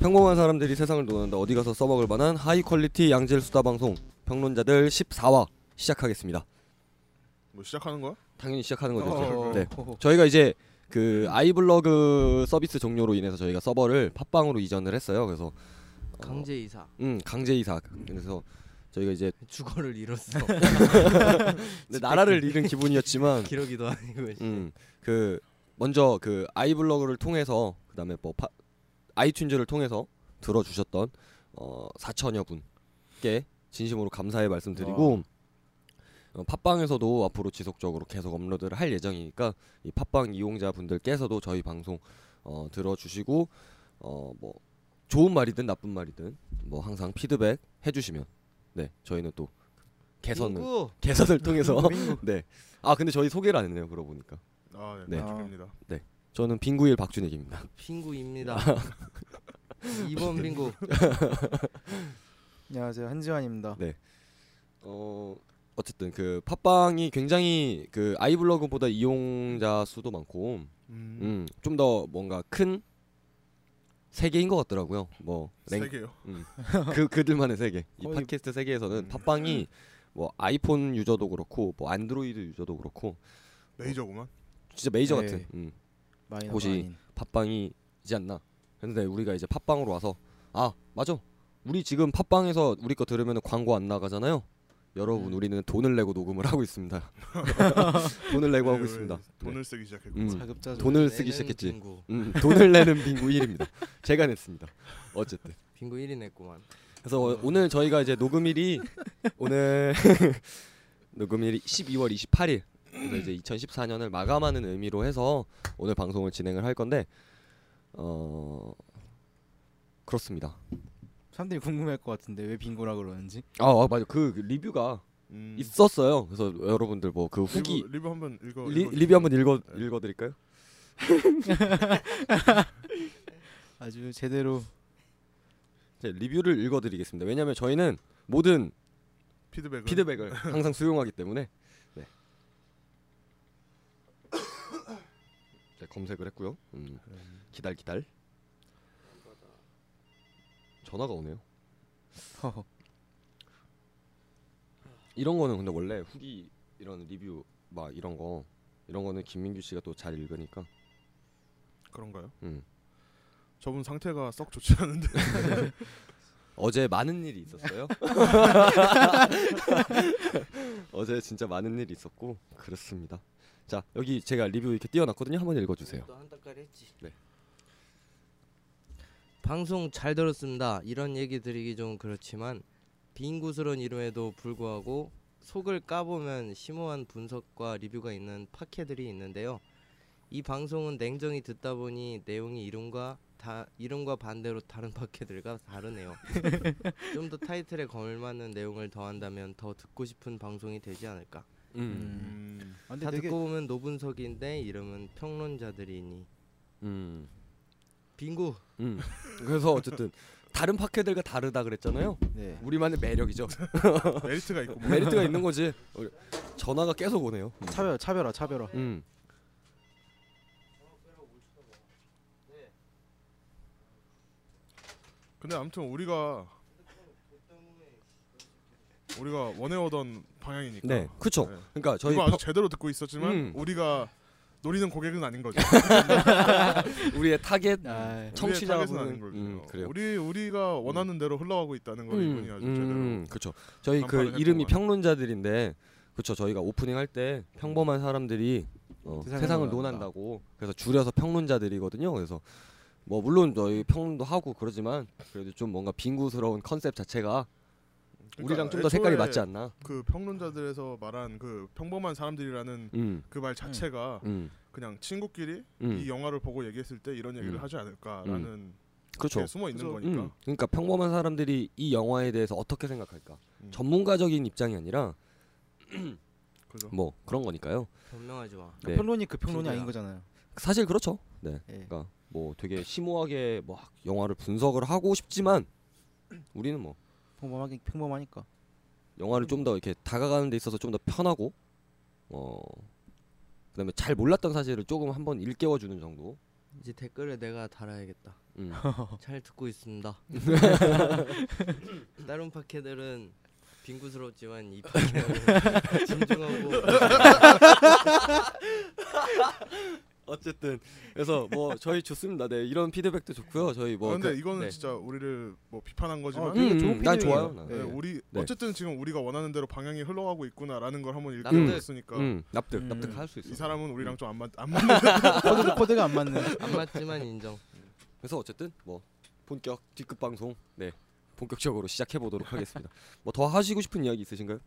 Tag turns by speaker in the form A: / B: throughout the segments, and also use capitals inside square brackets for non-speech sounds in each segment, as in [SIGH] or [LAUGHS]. A: 평범한 사람들이 세상을 노는데 어디 가서 써먹을 만한 하이 퀄리티 양질 수다 방송 평론자들 14화 시작하겠습니다.
B: 뭐 시작하는 거야?
A: 당연히 시작하는 거죠.
B: 어.
A: 네. 저희가 이제 그 아이블로그 서비스 종료로 인해서 저희가 서버를 팟빵으로 이전을 했어요. 그래서 어,
C: 강제 이사
A: 음 강제 이사 그래서 저희가 이제 [LAUGHS]
C: 주거를 잃었어 [LAUGHS]
A: 네, 나라를 잃은 기분이었지만
C: 기러기도 아니고 진짜.
A: 음 그 먼저 그 아이블로그를 통해서 그다음에 뭐 파, 아이튠즈를 통해서 들어주셨던 어 4천여 분께 진심으로 감사의 말씀드리고 어, 팟빵에서도 앞으로 지속적으로 계속 업로드를 할 예정이니까 이 팟빵 이용자 분들께서도 저희 방송 어 들어주시고 어 뭐 좋은 말이든 나쁜 말이든 뭐 항상 피드백 해주시면 네 저희는 또 개선을
C: 민구!
A: 개선을 통해서
C: 민구.
A: 네. 아 근데 저희 소개를 안 했네요. 그러고 보니까.
B: 아,
A: 네.
B: 네. 반갑습니다.
A: 저는 빙구일 박준익입니다. [LAUGHS]
C: 빙구입니다 2번 빙구
D: 안녕하세요 한지환입니다.
A: 네. 어 어쨌든 그 팟빵이 굉장히 그 아이블로그보다 이용자 수도 많고
B: 음.
A: 음, 좀 더 뭔가 큰 세계인 것 같더라고요. 뭐
B: 세
A: 랭,
B: 개요.
A: 그 그들만의 세계. 이
D: 거의-
A: 팟캐스트 세계에서는
B: 음.
A: 팟빵이 뭐 아이폰 유저도 그렇고 뭐 안드로이드 유저도 그렇고
B: 메이저구만.
A: 진짜 메이저
D: 네.
A: 같은 음,
D: 마이너
A: 혹시-
D: 마인.
A: 팟빵이지 않나 근데 우리가 이제 팟빵으로 와서 아 맞아 우리 지금 팟빵에서 우리 거 들으면 광고 안 나가잖아요 여러분
D: 음.
B: 네.
A: 우리는 돈을 내고 녹음을 하고
B: [LAUGHS]
A: 있습니다 돈을 내고 하고 있습니다
B: 네, 돈을 쓰기 시작했고.
A: 음,
D: 자급자 족
A: 돈을 쓰기
C: 내는
A: 시작했지
C: 빙구
A: 음, 돈을 내는 빙구 1입니다 제가 냈습니다 어쨌든
C: 빙구 1위 냈구만
A: 그래서
B: 음.
A: 어, 오늘 저희가 이제
B: [LAUGHS]
A: 녹음일이 오늘 [LAUGHS] 녹음일이 12월 28일 그래서 이제 2014년을 마감하는 의미로 해서 오늘 방송을 진행을 할 건데 어 그렇습니다.
D: 사람들이 궁금할 것 같은데 왜 빙고라 그러는지.
A: 아, 아, 맞아 그 리뷰가
B: 음.
A: 있었어요. 그래서 여러분들 뭐 그 후기
B: 리뷰, 리뷰 한번 읽어.
A: 리,
B: 읽어 네.
A: 리뷰 한번 읽어 읽어드릴까요?
D: 아주 제대로
A: 제 네, 리뷰를 읽어드리겠습니다. 왜냐하면 저희는 모든
B: 피드백을.
A: 피드백을 항상 수용하기 때문에 네. 네, 검색을 했고요. 음, 기달 기달. 전화가 오네요.
D: 허허.
A: 이런 거는 근데 원래 후기 이런 리뷰 막 이런 거 이런 거는 김민규 씨가 또 잘 읽으니까.
B: 그런가요?
A: 음.
B: 저분 상태가 썩 좋지 않은데.
A: 어제 많은 일이 있었어요. [LAUGHS] 어제 진짜 많은 일이 있었고 그렇습니다. 자 여기 제가 리뷰 이렇게 띄워놨거든요. 한번 읽어주세요.
C: 또한 닦아리 했지
A: 네.
C: 방송 잘 들었습니다 이런 얘기 드리기 좀 그렇지만 빙구스런 이름에도 불구하고 속을 까보면 심오한 분석과 리뷰가 있는 파케들이 있는데요 이 방송은 냉정히 듣다 보니 내용이 이름과 다 이름과 반대로 다른 파케들과 다르네요 좀 더 타이틀에 걸맞는 내용을 더한다면 더 듣고 싶은 방송이 되지 않을까
A: 음.
D: 음.
B: 음.
D: 아, 근데
C: 다
D: 되게
C: 듣고 보면 노분석인데 이름은 평론자들이니
A: 음.
C: 빙구
A: 음. 그래서 어쨌든 다른 파케들과 다르다 그랬잖아요.
D: 네.
A: 우리만의 매력이죠.
B: 메리트가 있고. 뭐.
A: 메리트가 있는 거지. 어, 전화가 계속 오네요.
D: 차별 차별화 차별화.
A: 음.
B: 근데 아무튼 우리가 우리가 원해오던 방향이니까.
A: 네. 그렇죠.
B: 네.
A: 그러니까 저희
B: 저희 이거 아주 제대로 듣고 있었지만
A: 음.
B: 우리가 노리는 고객은
A: [LAUGHS]
B: 아닌 거죠.
A: 타- 우리의 타겟
D: 아,
A: 청취자분은-
B: 네. 아닌 거죠.
A: 음, 그래요. 음,
B: 우리 우리가 원하는 대로 흘러가고 있다는 걸뭐 이분이 아주 제대로.
A: 그렇죠. 저희
B: 간파를
A: 그
B: 했구만.
A: 이름이 평론자들인데 그렇죠. 저희가 오프닝 할 때 평범한 사람들이 어,
D: 세상을
A: 세상을
D: 논한다.
A: 논한다고 그래서 줄여서 평론자들이거든요. 그래서 뭐 물론 저희 평론도 하고 그러지만 그래도 좀 뭔가 빙구스러운 컨셉 자체가 우리랑 좀 더 색깔이
B: 그러니까 애초에
A: 맞지 않나.
B: 그 평론자들에서 말한 그 평범한 사람들이라는
A: 음.
B: 그 말 자체가
A: 음.
B: 그냥 친구끼리
A: 음.
B: 이 영화를 보고 얘기했을 때 이런 얘기를
A: 음.
B: 하지 않을까라는
A: 그렇죠.
B: 게 숨어 있는
D: 그래서-
B: 거니까.
A: 음, 그러니까 평범한 사람들이 이 영화에 대해서 어떻게 생각할까?
B: 음.
A: 전문가적인 입장이 아니라
B: 그죠?
A: 뭐 그런 거니까요.
C: 변명하지 마.
B: 음.
A: 네.
D: 평론이 그 평론이
C: 빙고야.
D: 아닌 거잖아요.
A: 사실 그렇죠. 네.
D: 예.
A: 그러니까 뭐 되게 심오하게 막 영화를 분석을 하고 싶지만 우리는 뭐
D: 평범하긴 평범하니까.
A: 영화를 좀 더 이렇게 다가가는 데 있어서 좀 더 편하고 어 그다음에 잘 몰랐던 사실을 조금 한번 일깨워 주는 정도.
C: 이제 댓글을 내가 달아야겠다.
A: 음.
C: [LAUGHS] 잘
A: [LAUGHS]
C: 듣고 있습니다. 다른 파케들은 빈구스럽지만 이 파케는
A: [LAUGHS]
C: 진중하고
A: 어쨌든 그래서 뭐 저희 좋습니다. 네 이런 피드백도 좋고요. 저희 뭐
B: 아, 근데
A: 그-
B: 이거는
A: 네.
B: 진짜 우리를 뭐 비판한 거지만
D: 어,
A: 음,
D: 되게 좋은
A: 음, 난
D: 피드백이에요.
A: 좋아요. 난.
B: 네,
D: 네.
B: 우리
A: 네.
B: 어쨌든 지금 우리가 원하는 대로 방향이 흘러가고 있구나라는 걸 한번
C: 납득.
B: 읽어봤으니까
A: 음, 납득
D: 음.
A: 납득할 수
B: 이
A: 있어.
B: 사람은 우리랑 좀 안 맞 안 맞는
D: [LAUGHS] 코드, 코드가 안 맞는
C: 안 맞지만 인정.
A: 그래서 어쨌든 뭐 본격 뒷급 방송 네 본격적으로 시작해 보도록
D: [LAUGHS]
A: 하겠습니다. 뭐 더 하시고 싶은 이야기 있으신가요?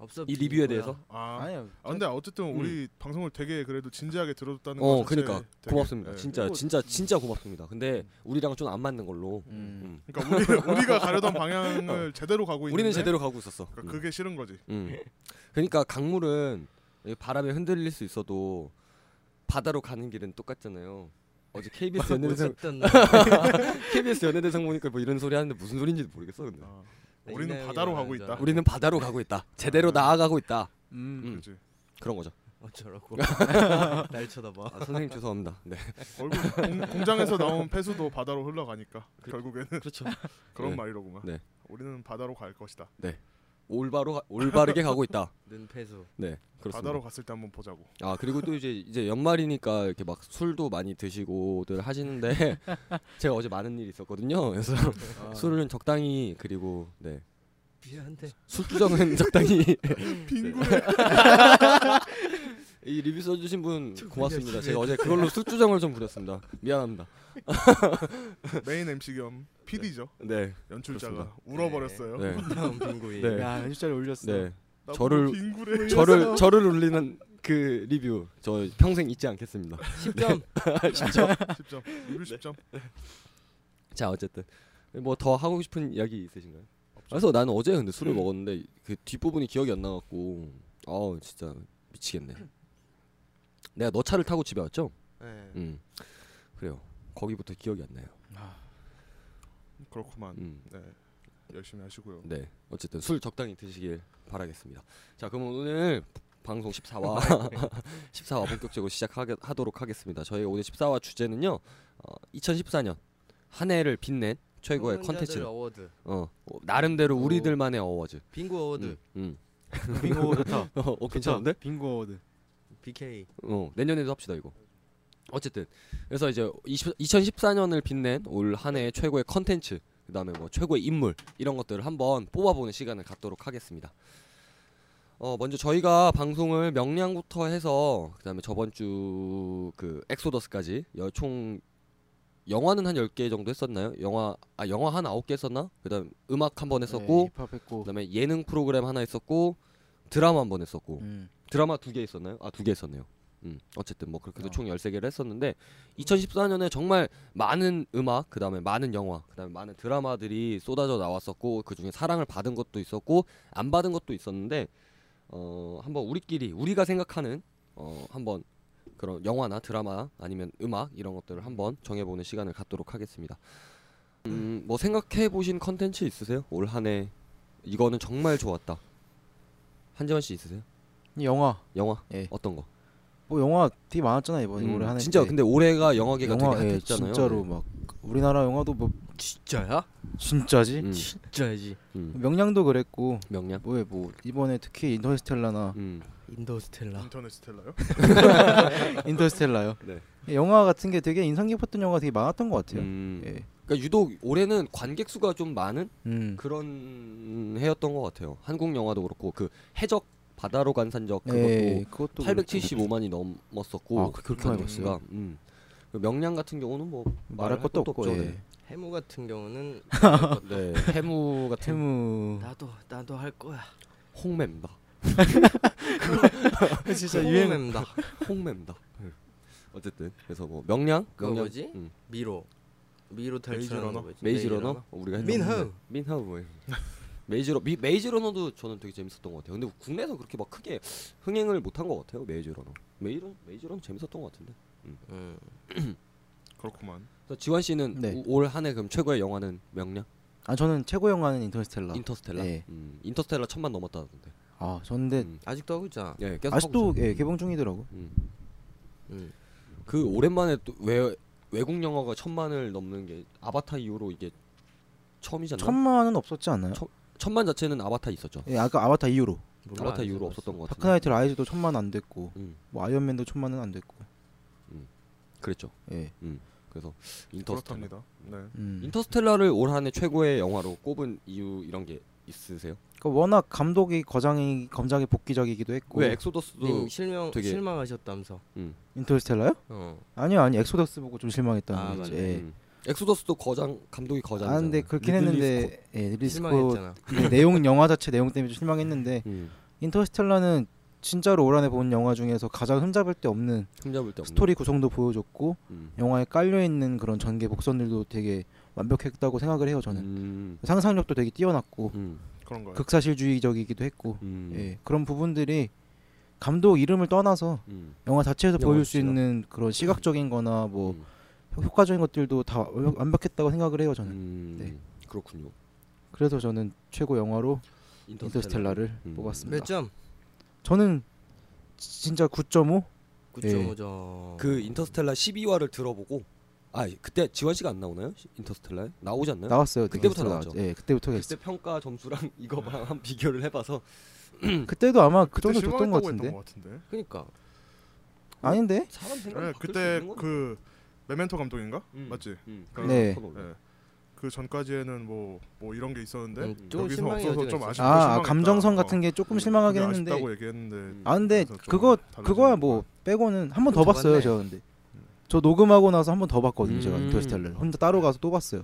C: 없어
A: 이 리뷰에
C: 빈구야.
A: 대해서?
B: 아,
D: 아니요
B: 아 근데 어쨌든 우리 방송을 되게 그래도 진지하게 들어줬다는
A: 어
B: 거 자체에
A: 그러니까
B: 되게,
A: 고맙습니다.
B: 예.
A: 진짜
D: 그리고-
A: 진짜 진짜 고맙습니다. 근데 우리랑 좀 안 맞는 걸로
D: 음.
A: 음.
B: 그러니까
A: [LAUGHS]
B: 우리 우리가 가려던 방향을 제대로 가고 있는데
A: 어. 우리는 제대로 가고 있었어.
B: 그러니까 그게 싫은 거지.
A: 음. 그러니까 강물은 이 바람에 흔들릴 수 있어도 바다로 가는 길은 똑같잖아요. 어제 KBS
B: [LAUGHS]
A: 연예대상
C: 어쨌든 나
A: KBS 연예대상 보니까 뭐 이런 소리 하는데 무슨 소리인지 모르겠어 근데.
B: 아, 우리는
C: 이나영이
B: 바다로 가고
C: 말하는 줄
B: 있다.
C: 알았네.
A: 우리는 바다로 가고 있다. 제대로 나아가고 있다.
D: 음.
A: 음.
B: 그렇지.
A: 그런 거죠. [LAUGHS]
C: 어쩌라고 날 쳐다봐.
A: 아, 선생님 죄송합니다. 네.
B: 얼굴 공, 공장에서 나온 폐수도 바다로 흘러가니까 결국에는
A: 그렇죠.
B: 그런
A: 네.
B: 말이로구만.
A: 네.
B: 우리는 바다로 갈 것이다.
A: 올바로 가- 올바르게 가고 있다.
C: 눈패수.
A: 네. 그렇습니다.
B: 바다로 갔을 때 한번 보자고.
A: 아 그리고 또 이제 이제 연말이니까 이렇게 막 술도 많이 드시고들 [LAUGHS] 하시는데 제가 어제 많은 일이 있었거든요. 그래서
D: 아,
A: 술은 적당히 그리고 네 [LAUGHS]
C: 미안한데
A: 술주정은 적당히
B: 네. 빙구를
A: 이 리뷰 써주신 분
C: 저
A: 고맙습니다.
C: 그냥
A: 제가 어제 그걸로 술주정을 좀 부렸습니다. 미안합니다.
B: 메인 MC 겸 PD죠.
A: 네,
B: 연출자가
A: 그렇습니다.
B: 울어버렸어요.
A: 네,
C: 다음 빈구이.
A: 네.
D: 야 연출자를 올렸어
A: 네.
B: 나
A: 저를-
B: 빙구래.
A: 저를 저를 울리는 그 리뷰 저 평생 잊지 않겠습니다. [LAUGHS]
C: 10점.
A: 네.
B: 10점. 리뷰 10점.
A: 자 어쨌든 뭐 더 하고 싶은 이야기 있으신가요? 그래서 나는 어제 근데
C: 음.
A: 술을 먹었는데 그 뒷부분이 기억이 안 나갖고 아 진짜
C: [CLEARS THROAT]
A: 미치겠네. 내가 너 차를 타고 집에 왔죠?
C: 네.
A: 음 그래요. 거기부터 기억이 안 나요.
B: 그렇구만.
A: 음.
B: 네. 열심히 하시고요.
A: 네 어쨌든 술 적당히 드시길 바라겠습니다 자 그럼 오늘 방송
C: [LAUGHS] 네.
A: [LAUGHS] 14화 14화 본격적으로 시작하도록 하겠습니다 저희 오늘 14화 주제는요 어, 2014년 한 해를 빛낸 최고의
C: 성공자들
A: 컨텐츠
C: 어워드.
A: 어, 어, 나름대로
D: 오.
A: 우리들만의 어워즈
C: 빙구 어워드.
A: 음, 음. [LAUGHS]
D: 빙고
C: [LAUGHS]
D: 좋다
A: 어, 어, 괜찮은데?
D: 빙고 워드
C: BK.
A: 어, 내년에도 합시다 이거 어쨌든 그래서 이제 20, 2014년을 빛낸 올 한 해의 최고의 컨텐츠 그 다음에 뭐 최고의 인물 이런 것들을 한번 뽑아보는 시간을 갖도록 하겠습니다 어 먼저 저희가 방송을 명량부터 해서 그 다음에 저번 주 그 엑소더스까지 여- 총 영화는 한 10개 정도 했었나요? 영화 아 영화 한 9개 했었나? 그 다음 음악 한 번
D: 네,
A: 했었고
D: 힙합
A: 그
D: 했고
A: 다음에 예능 프로그램 하나 했었고 드라마 한 번 했었고
D: 음.
A: 드라마 두 개 있었나요? 아 두 개 있었네요. 음, 어쨌든 뭐 그렇게 해서
D: 어.
A: 총 13개를 했었는데 2014년에 정말 많은 음악, 그다음에 많은 영화, 그다음에 많은 드라마들이 쏟아져 나왔었고 그중에 사랑을 받은 것도 있었고 안 받은 것도 있었는데 어, 한번 우리끼리 우리가 생각하는 어, 한번 그런 영화나 드라마 아니면 음악 이런 것들을 한번 정해 보는 시간을 갖도록 하겠습니다. 음, 뭐 생각해 보신 컨텐츠 있으세요? 올 한 해 이거는 정말 좋았다. 한재원 씨 있으세요? 네.
D: 이 영화
A: 영화
D: 예.
A: 어떤 거?
D: 뭐 영화 되게 많았잖아 이번에
A: 음,
D: 올해 한 해.
A: 진짜 근데 올해가 영화계가
D: 영화
A: 되게
D: 예,
A: 핫했잖아요. 네.
D: 진짜로 막 우리나라 영화도 뭐
C: 진짜야?
D: 진짜지?
A: 음,
C: 진짜지.
A: 음.
D: 명량도 그랬고
A: 명량.
D: 뭐에 뭐 이번에 특히 인터스텔라나
A: 음.
C: 인더스텔라.
B: 인터넷 스텔라요?
D: 인터스텔라요.
A: 네.
D: 영화 같은 게 되게 인상 깊었던 영화 되게 많았던 것 같아요.
A: 음.
D: 예.
A: 그러니까 유독 올해는 관객 수가 좀 많은
D: 음.
A: 그런 해였던 것 같아요. 한국 영화도 그렇고 그 해적 바다로 간 산적 그것도
D: 예, 그것도
A: 875만이 넘었었고
D: 아, 그- 그렇게 많이
A: 관객 수가. 음. 그 명량 같은 경우는 뭐
D: 그렇고 말할 것도 없고 예.
A: 네.
C: 해무 같은 경우는
A: [LAUGHS] 네. 해무 같은
D: 태무
C: 나도 나도 할 [LAUGHS] 거야.
A: 홍매입니다.
D: 진짜
C: 유행입니다. [LAUGHS]
A: 홍매입니다. 네. 어쨌든 그래서 뭐 명량,
C: 그거
A: 명량
C: 뭐지?
A: 음.
C: 미로. 미로
B: 메이지
C: 탈출하는
B: 러너?
C: 거 뭐지?
A: 네, 메이지 러너 어, 우리가 했던
C: 민하우.
A: 건데. 민하우 뭐예요? [LAUGHS] 메이지 러 미, 메이지 러너도 저는 되게 재밌었던 것 같아요. 근데 국내에서 그렇게 막 크게 흥행을 못한 것 같아요. 메이지 러너. 메이런 메이지 러너 재밌었던 것 같은데.
C: 음.
B: 그렇구만.
A: 그래서 지환 씨는
D: 네.
A: 올 한 해 그럼 최고의 영화는 명량
D: 아 저는 최고 영화는 인터스텔라.
A: 인터스텔라.
D: 네.
A: 음, 인터스텔라 천만 넘었다던데.
D: 아 저는데
A: 음.
C: 아직도 하고 있잖아.
A: 예, 계속 하고
D: 아직도
A: 있어요.
D: 예, 개봉 중이더라고.
A: 음.
C: 음.
A: 그 오랜만에 또왜 외국 영화가 천만을 넘는 게 아바타 이후로 이게 처음이잖아요. 천...
D: 천만은 없었지 않나요?
A: 천- 천만 자체는 아바타 있었죠.
D: 예, 아까 아바타 이후로
C: 몰라,
A: 아바타
C: 안
A: 이후로
C: 써봤어.
A: 없었던 것 같은데.
D: 다크나이트 라이즈도 천만 안 됐고
A: 음,
D: 뭐 아이언맨도 천만은 안 됐고
A: 그랬죠.
D: 예.
A: 그렇죠. 그래서 인터스텔라.
B: 그렇답니다. 네.
D: 음.
A: 인터스텔라를 올 한해 최고의 영화로 꼽은 이유 이런 게 있으세요?
D: 그 워낙 감독이 거장이 검장의 복귀작이기도 했고
A: 왜그 엑소더스도
D: 네.
C: 님 실명
A: 되게- 어.
C: 실망하셨다면서.
D: 인터스텔라요?
C: 어.
D: 아니요 아니 엑소더스 보고 좀 실망했다는
C: 아,
D: 거지.
C: 맞네.
D: 예.
A: 음. 엑소더스도 거장 감독이 거장.
D: 아 근데 그렇긴 했는데 예, 리스코
C: 실망했잖아.
D: 네,
A: [LAUGHS]
D: 내용 영화 자체 내용 때문에 좀 실망했는데
A: 음.
D: 인터스텔라는 진짜로 올한해 본 영화 중에서 가장 흠잡을 데 없는
A: 흠잡을 데 없는.
D: 스토리 구성도 보여줬고
A: 음.
D: 영화에 깔려 있는 그런 전개 복선들도 되게 완벽했다고 생각을 해요 저는
A: 음.
D: 상상력도 되게 뛰어났고
A: 음.
B: 그런 거예요.
D: 극사실주의적이기도 했고
A: 음.
D: 예, 그런 부분들이 감독 이름을 떠나서
A: 음.
D: 영화 자체에서
A: 영화
D: 보여줄 수
A: 자체가.
D: 있는 그런 시각적인거나 뭐
A: 음.
D: 효과적인 것들도 다 완벽- 완벽했다고 생각을 해요 저는
A: 음.
D: 네.
A: 그렇군요.
D: 그래서 저는 최고 영화로
A: 인터스텔라.
D: 인터스텔라를
A: 음.
D: 뽑았습니다
C: 몇 점?
D: 저는 지- 진짜 9.5
C: 9.5점.
A: 예. 그 인터스텔라 12화를 들어보고 아 그때 지원 씨가 안 나오나요? 인터스텔라에 나오지 않나요?
D: 나왔어요
A: 네? 그때부터
D: 그때부터
A: 나왔죠.
D: 나왔죠 예 그때부터
A: 그때
D: 했어요
A: 평가 점수랑 [LAUGHS] 이거랑 한 비교를 해봐서
B: 네,
D: 그때도 아마 그
B: 음. 그때
D: 정도 줬던 것
B: 실망했다고 했던
D: 같은데
B: 것 같은데.
C: 그러니까
D: 아닌데
A: 사람 생각
B: 네, 그때 그 메멘토 감독인가?
A: 음.
B: 맞지?
A: 음.
D: 네.
B: 네. 그 전까지에는 뭐 뭐 이런 게
A: 네?
B: 있었는데
C: 음, 좀
B: 여기서
C: 실망의
B: 없어서
C: 여지가
B: 좀
C: 있었어.
B: 아쉽고
D: 아
B: 실망했다.
D: 감정선
B: 어,
D: 같은 게 조금
A: 음,
D: 실망하긴
B: 그게
D: 했는데
B: 아쉽다고 얘기했는데
A: 음.
D: 아 근데
B: 그래서 좀
D: 그거
B: 다르지
D: 그거야
B: 않을까?
D: 뭐 빼고는 한 번 더
C: 더
D: 봤어요
C: 봤네.
D: 저 근데
B: 음.
D: 저 녹음하고 나서 한 번 더 봤거든요 제가
A: 음.
D: 인터스텔라를 혼자 따로 가서 또 봤어요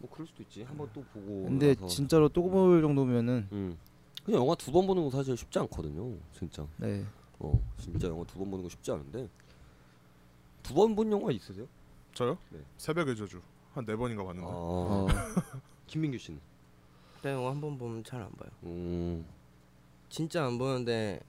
A: 뭐 그럴 수도 있지. 한번 또 보고.
D: 근데
A: 나서.
D: 진짜로 또 볼 정도면은
A: 음. 그냥 영화 두 번 보는 거 사실 쉽지 않거든요. 진짜.
D: 네
A: 어 진짜 영화 두 번 보는 거 쉽지 않은데 두 번 본 영화 있으세요?
B: 저요?
A: 네.
B: 새벽의 저주 한 네 번인가 봤는데
A: 아
D: 어,
A: [LAUGHS] 김민규 씨는.
C: 나 영화 한 번 보면 잘 안 봐요.
A: 음.
C: 진짜 안 보는데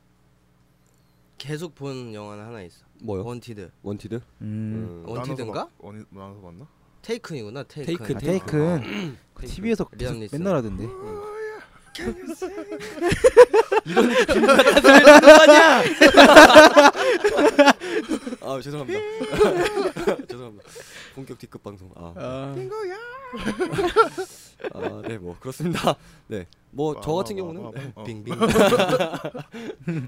C: 계속 본 영화는 하나 있어.
A: 뭐요?
C: 원티드.
A: 원티드?
D: 음.
A: 음.
B: 나눠서
C: 원티드인가?
B: 봤- 원이 나눠서 봤나?
C: 테이큰이구나. 테이큰.
A: 테이큰.
D: 아,
A: 그
D: 테이큰
A: 테이큰.
D: TV에서
C: 리암 니슨.
D: 그 맨날 하던데
A: 어, 아
C: [LAUGHS]
A: 죄송합니다. 죄송합니다. 본격 뒷급 방송. 아. [LAUGHS] 아, 네, 뭐 그렇습니다. [LAUGHS] 네, 뭐 저
B: 아,
A: 같은 경우는 네,
C: 빙빙.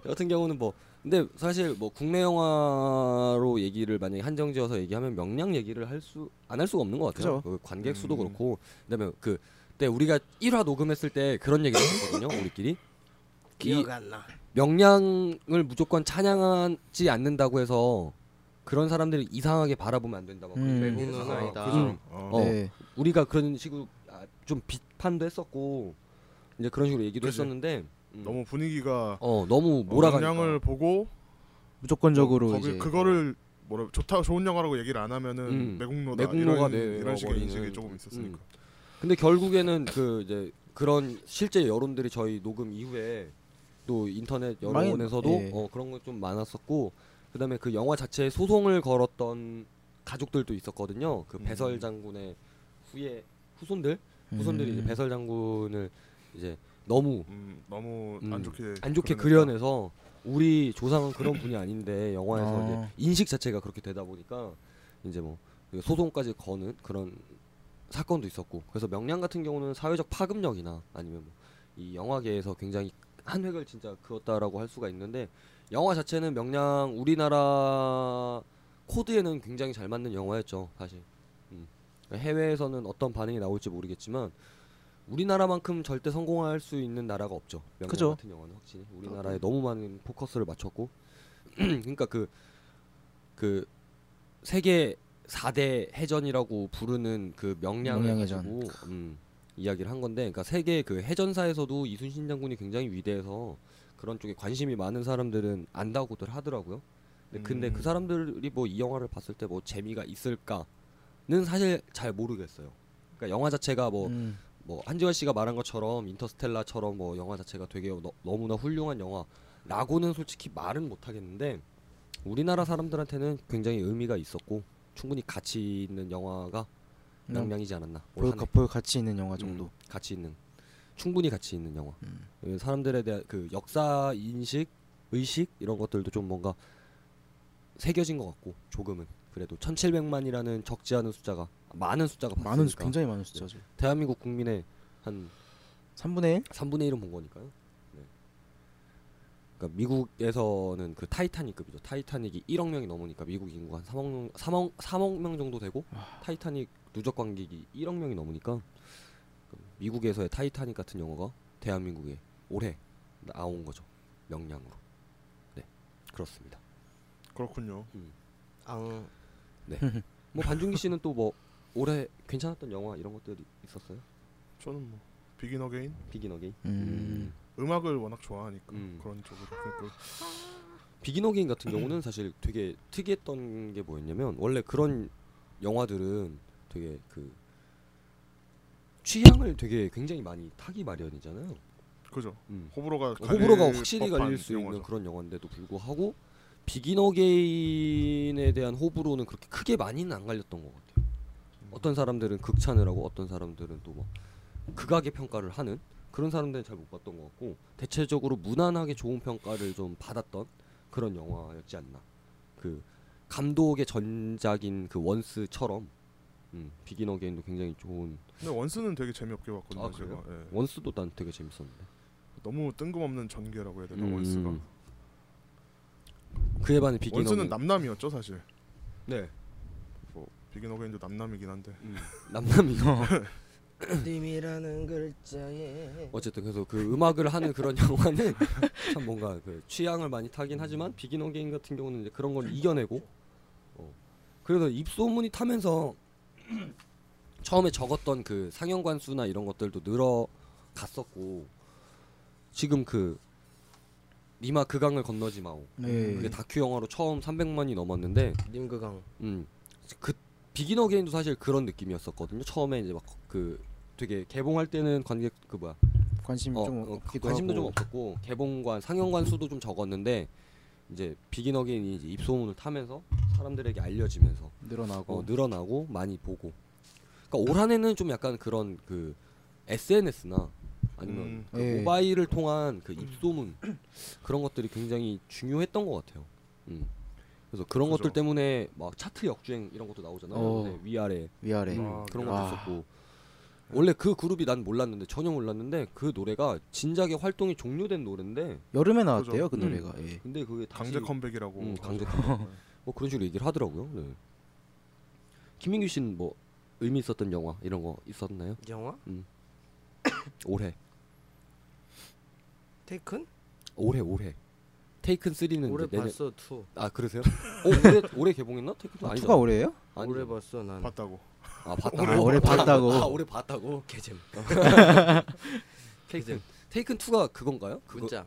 A: 저 같은 경우는 뭐 근데 사실 뭐 국내 영화로 얘기를 만약에 한정지어서 얘기하면 명량 얘기를 할 수 안 할 수가 없는 것 같아요. 그 관객 수도
B: 음.
A: 그렇고 그다음에 그때 우리가 1화 녹음했을 때 그런 얘기를 했거든요, 우리끼리. 이
C: 기억 안 나.
A: 명량을 무조건 찬양하지 않는다고 해서 그런 사람들이 이상하게 바라보면 안 된다. 막
D: 음.
A: 그런 얘기를
C: 외국은
A: 했었어요.
C: 아니다.
A: 그죠?
C: 음.
B: 어.
A: 어.
D: 네.
A: 우리가 그런 식으로 아, 좀 비판도 했었고 이제 그런 식으로 얘기도
B: 그치.
A: 했었는데 음.
B: 너무 분위기가
A: 어 너무
B: 어,
A: 몰아가니까
B: 영향을 보고
D: 무조건적으로
B: 어, 거기
D: 이제
B: 그거를 뭐라 좋다 좋은 영화라고 얘기를 안 하면은
A: 음.
B: 매국노다
A: 매국노가 네,
B: 이런, 이런 식의
A: 되어버리는-
B: 인식이 조금 있었으니까
A: 근데 결국에는 그 이제 그런 실제 여론들이 저희 녹음 이후에 또 인터넷
D: 많이-
A: 여론에서도
D: 예.
A: 어 그런 거 좀 많았었고 그다음에 그 영화 자체에 소송을 걸었던 가족들도 있었거든요. 그
B: 음.
A: 배설 장군의 후예 후손들
D: 음.
A: 후손들이 이제 배설 장군을 이제 너무
B: 음, 너무
A: 음.
B: 안 좋게 그러니까.
A: 안 좋게
B: 그려냈다.
A: 그려내서 우리 조상은 그런 분이 아닌데 영화에서
D: 아.
A: 이제 인식 자체가 그렇게 되다 보니까 이제 뭐 소송까지 거는 그런 사건도 있었고 그래서 명량 같은 경우는 사회적 파급력이나 아니면 뭐 이 영화계에서 굉장히 한 획을 진짜 그었다라고 할 수가 있는데 영화 자체는 명량 우리나라 코드에는 굉장히 잘 맞는 영화였죠 사실 음. 해외에서는 어떤 반응이 나올지 모르겠지만 우리나라만큼 절대 성공할 수 있는 나라가 없죠 명량
D: 그죠. 아, 네.
A: 같은 영화는 확실히 우리나라에 너무 많은 포커스를 맞췄고 [CLEARS THROAT] 그러니까 그 그 세계 4대 해전이라고 부르는 그 명량을
D: 명량해전.
A: 가지고 음, 이야기를 한 건데 그러니까 세계 그 해전사에서도 이순신 장군이 굉장히 위대해서 그런 쪽에 관심이 많은 사람들은 안다고들 하더라고요. 근데, 근데
B: 음.
A: 그 사람들이 뭐 이 영화를 봤을 때 뭐 재미가 있을까는 사실 잘 모르겠어요. 그러니까 영화 자체가 뭐
D: 음.
A: 뭐 한지원 씨가 말한 것처럼 인터스텔라처럼 뭐 영화 자체가 되게 너, 무나 훌륭한 영화라고는 솔직히 말은 못 하겠는데 우리나라 사람들한테는 굉장히 의미가 있었고 충분히 가치 있는 영화가
D: 그냥
A: 명량이지 않았나. 올
D: 볼,
A: 한 해.
D: 볼 가치 있는 영화 정도
A: 음, 가치 있는 충분히 가치 있는 영화. 예, 사람들에 대한 그 역사 인식, 의식 이런 것들도 좀 뭔가 새겨진 것 같고 조금은 그래도 1,700만이라는 적지 않은 숫자가 많은 숫자가 봤으니까
D: 많은 수, 굉장히 많은 숫자죠.
A: 대한민국 국민의 한
D: 3분의 1?
A: 3분의 1은 본 거니까요. 네. 그러니까 미국에서는 그 타이타닉급이죠. 타이타닉이 1억 명이 넘으니까 미국 인구가 한 3억 명, 3억, 3억 명 정도 되고 타이타닉 누적 관객이 1억 명이 넘으니까 그 미국에서의 타이타닉 같은 영화가 대한민국에 올해 나온 거죠. 명량으로. 네. 그렇습니다.
B: 그렇군요.
C: 아우
A: 뭐 반준기 씨는 또 뭐 올해 괜찮았던 영화 이런 것들이 있었어요?
B: 저는 뭐 비긴 어게인
A: 비긴 어게인.
D: 음.
B: 음악을 워낙 좋아하니까
A: 음.
B: 그런 쪽으로 그러니까
A: 비긴 어게인 같은 경우는 사실 되게 특이했던 게 뭐였냐면 원래 그런 영화들은 되게 그 취향을 되게 굉장히 많이 타기 마련이잖아요.
B: 그죠.
A: 음.
B: 호불호가
A: 호불호가
B: 갈릴
A: 확실히
B: 법한
A: 갈릴 수 있는
B: 영화죠.
A: 그런 영화인데도 불구하고 비긴 어게인에 대한 호불호는 그렇게 크게 많이는 안 갈렸던 것 같아요.
B: 음.
A: 어떤 사람들은 극찬을 하고 어떤 사람들은 또 막 극악의 평가를 하는 그런 사람들은 잘 못 봤던 것 같고 대체적으로 무난하게 좋은 평가를 좀 받았던 그런 영화였지 않나. 그 감독의 전작인 그 원스처럼 음, 비긴 어게인도 굉장히 좋은
B: 근데 원스는 되게 재미없게 봤거든요.
A: 아,
B: 제가. 예.
A: 원스도 난 되게 재밌었는데.
B: 너무 뜬금없는 전개라고 해야 되나
A: 음.
B: 원스가.
A: 그에 반해 비긴
B: 원스는
A: 어게인
B: 남남이었죠 사실.
A: 네
B: 뭐 비긴 어게인도 남남이긴 한데.
A: 남남이
B: [LAUGHS]
C: 님이라는 글자에
A: 어쨌든 그래서 그 음악을 하는 그런 [LAUGHS] 영화는 참 뭔가 그 취향을 많이 타긴 하지만 비긴 어게인 같은 경우는 이제 그런 걸 이겨내고 어. 그래서 입소문이 타면서 [CLEARS THROAT] 처음에 적었던 그 상영관 수나 이런 것들도 늘어갔었고 지금 그 니마 그강을 건너지 마오
C: 예.
D: 네.
A: 그게 다큐 영화로 처음 300만이 넘었는데
C: 님그강
A: 음 그 비긴 어게인도 사실 그런 느낌이었었거든요 처음에 이제 막 그 되게 개봉할 때는 관객 그 뭐야
D: 관심이
A: 어,
D: 좀
A: 어,
D: 없기도
A: 관심도 좀
D: 하고.
A: 없었고 개봉관 상영관 수도 좀 적었는데 이제 비긴 어게인이 이제 입소문을 타면서 사람들에게 알려지면서
D: 늘어나고
A: 어, 늘어나고 많이 보고 그러니까 올 한해는 좀 약간 그런 그 SNS나 아니면
B: 음.
A: 그
D: 예.
A: 모바일을 통한 그 입소문 그런 것들이 굉장히 중요했던 것 같아요. 음. 그래서 그런
B: 그죠.
A: 것들 때문에 막 차트 역주행 이런 것도 나오잖아요.
D: 어.
A: 근데 위아래
D: 위아래.
A: 음,
B: 아,
A: 그런
D: 그래요?
A: 것도
D: 아.
A: 있었고 원래 그 그룹이 난 몰랐는데 전혀 몰랐는데 그 노래가 진작에 활동이 종료된 노래인데
D: 여름에 나왔대요 그
A: 음.
D: 노래가. 예.
A: 근데 그게 다시
B: 강제 컴백이라고.
A: 음,
B: [LAUGHS]
A: 강제
B: 하죠.
A: 뭐 그런 식으로 얘기를 하더라고요. 네. 김민규 씨는 뭐 의미 있었던 영화 이런 거 있었나요?
C: 영화
A: 올해
C: 테이큰
A: 올해 올해 테이큰 3는
C: 올해
A: 내년
C: 봤어 투
A: 아 그러세요? 어 올해 올해 개봉했나? 테이큰
D: 아,
A: 아니죠?
D: 투가 올해예요?
A: 아니죠.
C: 올해 봤어 난
B: 봤다고.
A: 아 봤다.
D: 올해 아, 올해 봤다고.
A: 아 올해 봤다고.
C: 개잼
A: 테이큰 테이큰 2가 그건가요? 그거
C: 문자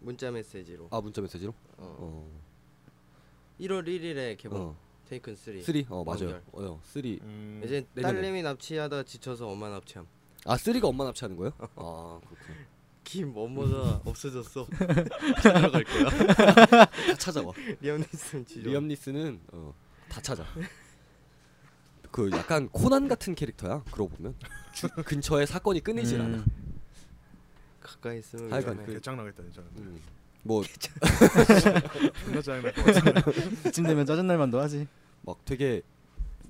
C: 문자 메시지로
A: 아 문자 메시지로?
C: 어.
A: 어.
C: 1월 1일에 개봉
A: 어.
C: 테이큰 3
A: 3. 어 맞아요.
C: 완결.
A: 어 3.
B: 음,
C: 이제
A: 내년에.
C: 딸내미 납치하다 지쳐서 엄마 납치함
A: 아 3가 엄마 납치하는 [LAUGHS] 거예요? 아 그렇군.
C: 김
A: [LAUGHS]
C: 엄마가 없어졌어 [LAUGHS] 찾아갈 거야
A: 다 찾아와.
C: 리암 니슨 지죠
A: 리엄 니스는 어, 다 [LAUGHS] 찾아. 그 약간 코난 같은 캐릭터야. 그러고 보면 주, 근처에 사건이 끊이질 않아.
D: 음.
C: 가까이 있으면
A: 하여간
C: 위험해.
A: 그-
B: 개짱 나겠다 진짜.
A: 음. 뭐
B: 존나 짱 나겠다. 진짜.
D: 이쯤 되면 짜증날 만도 하지.
A: 막 되게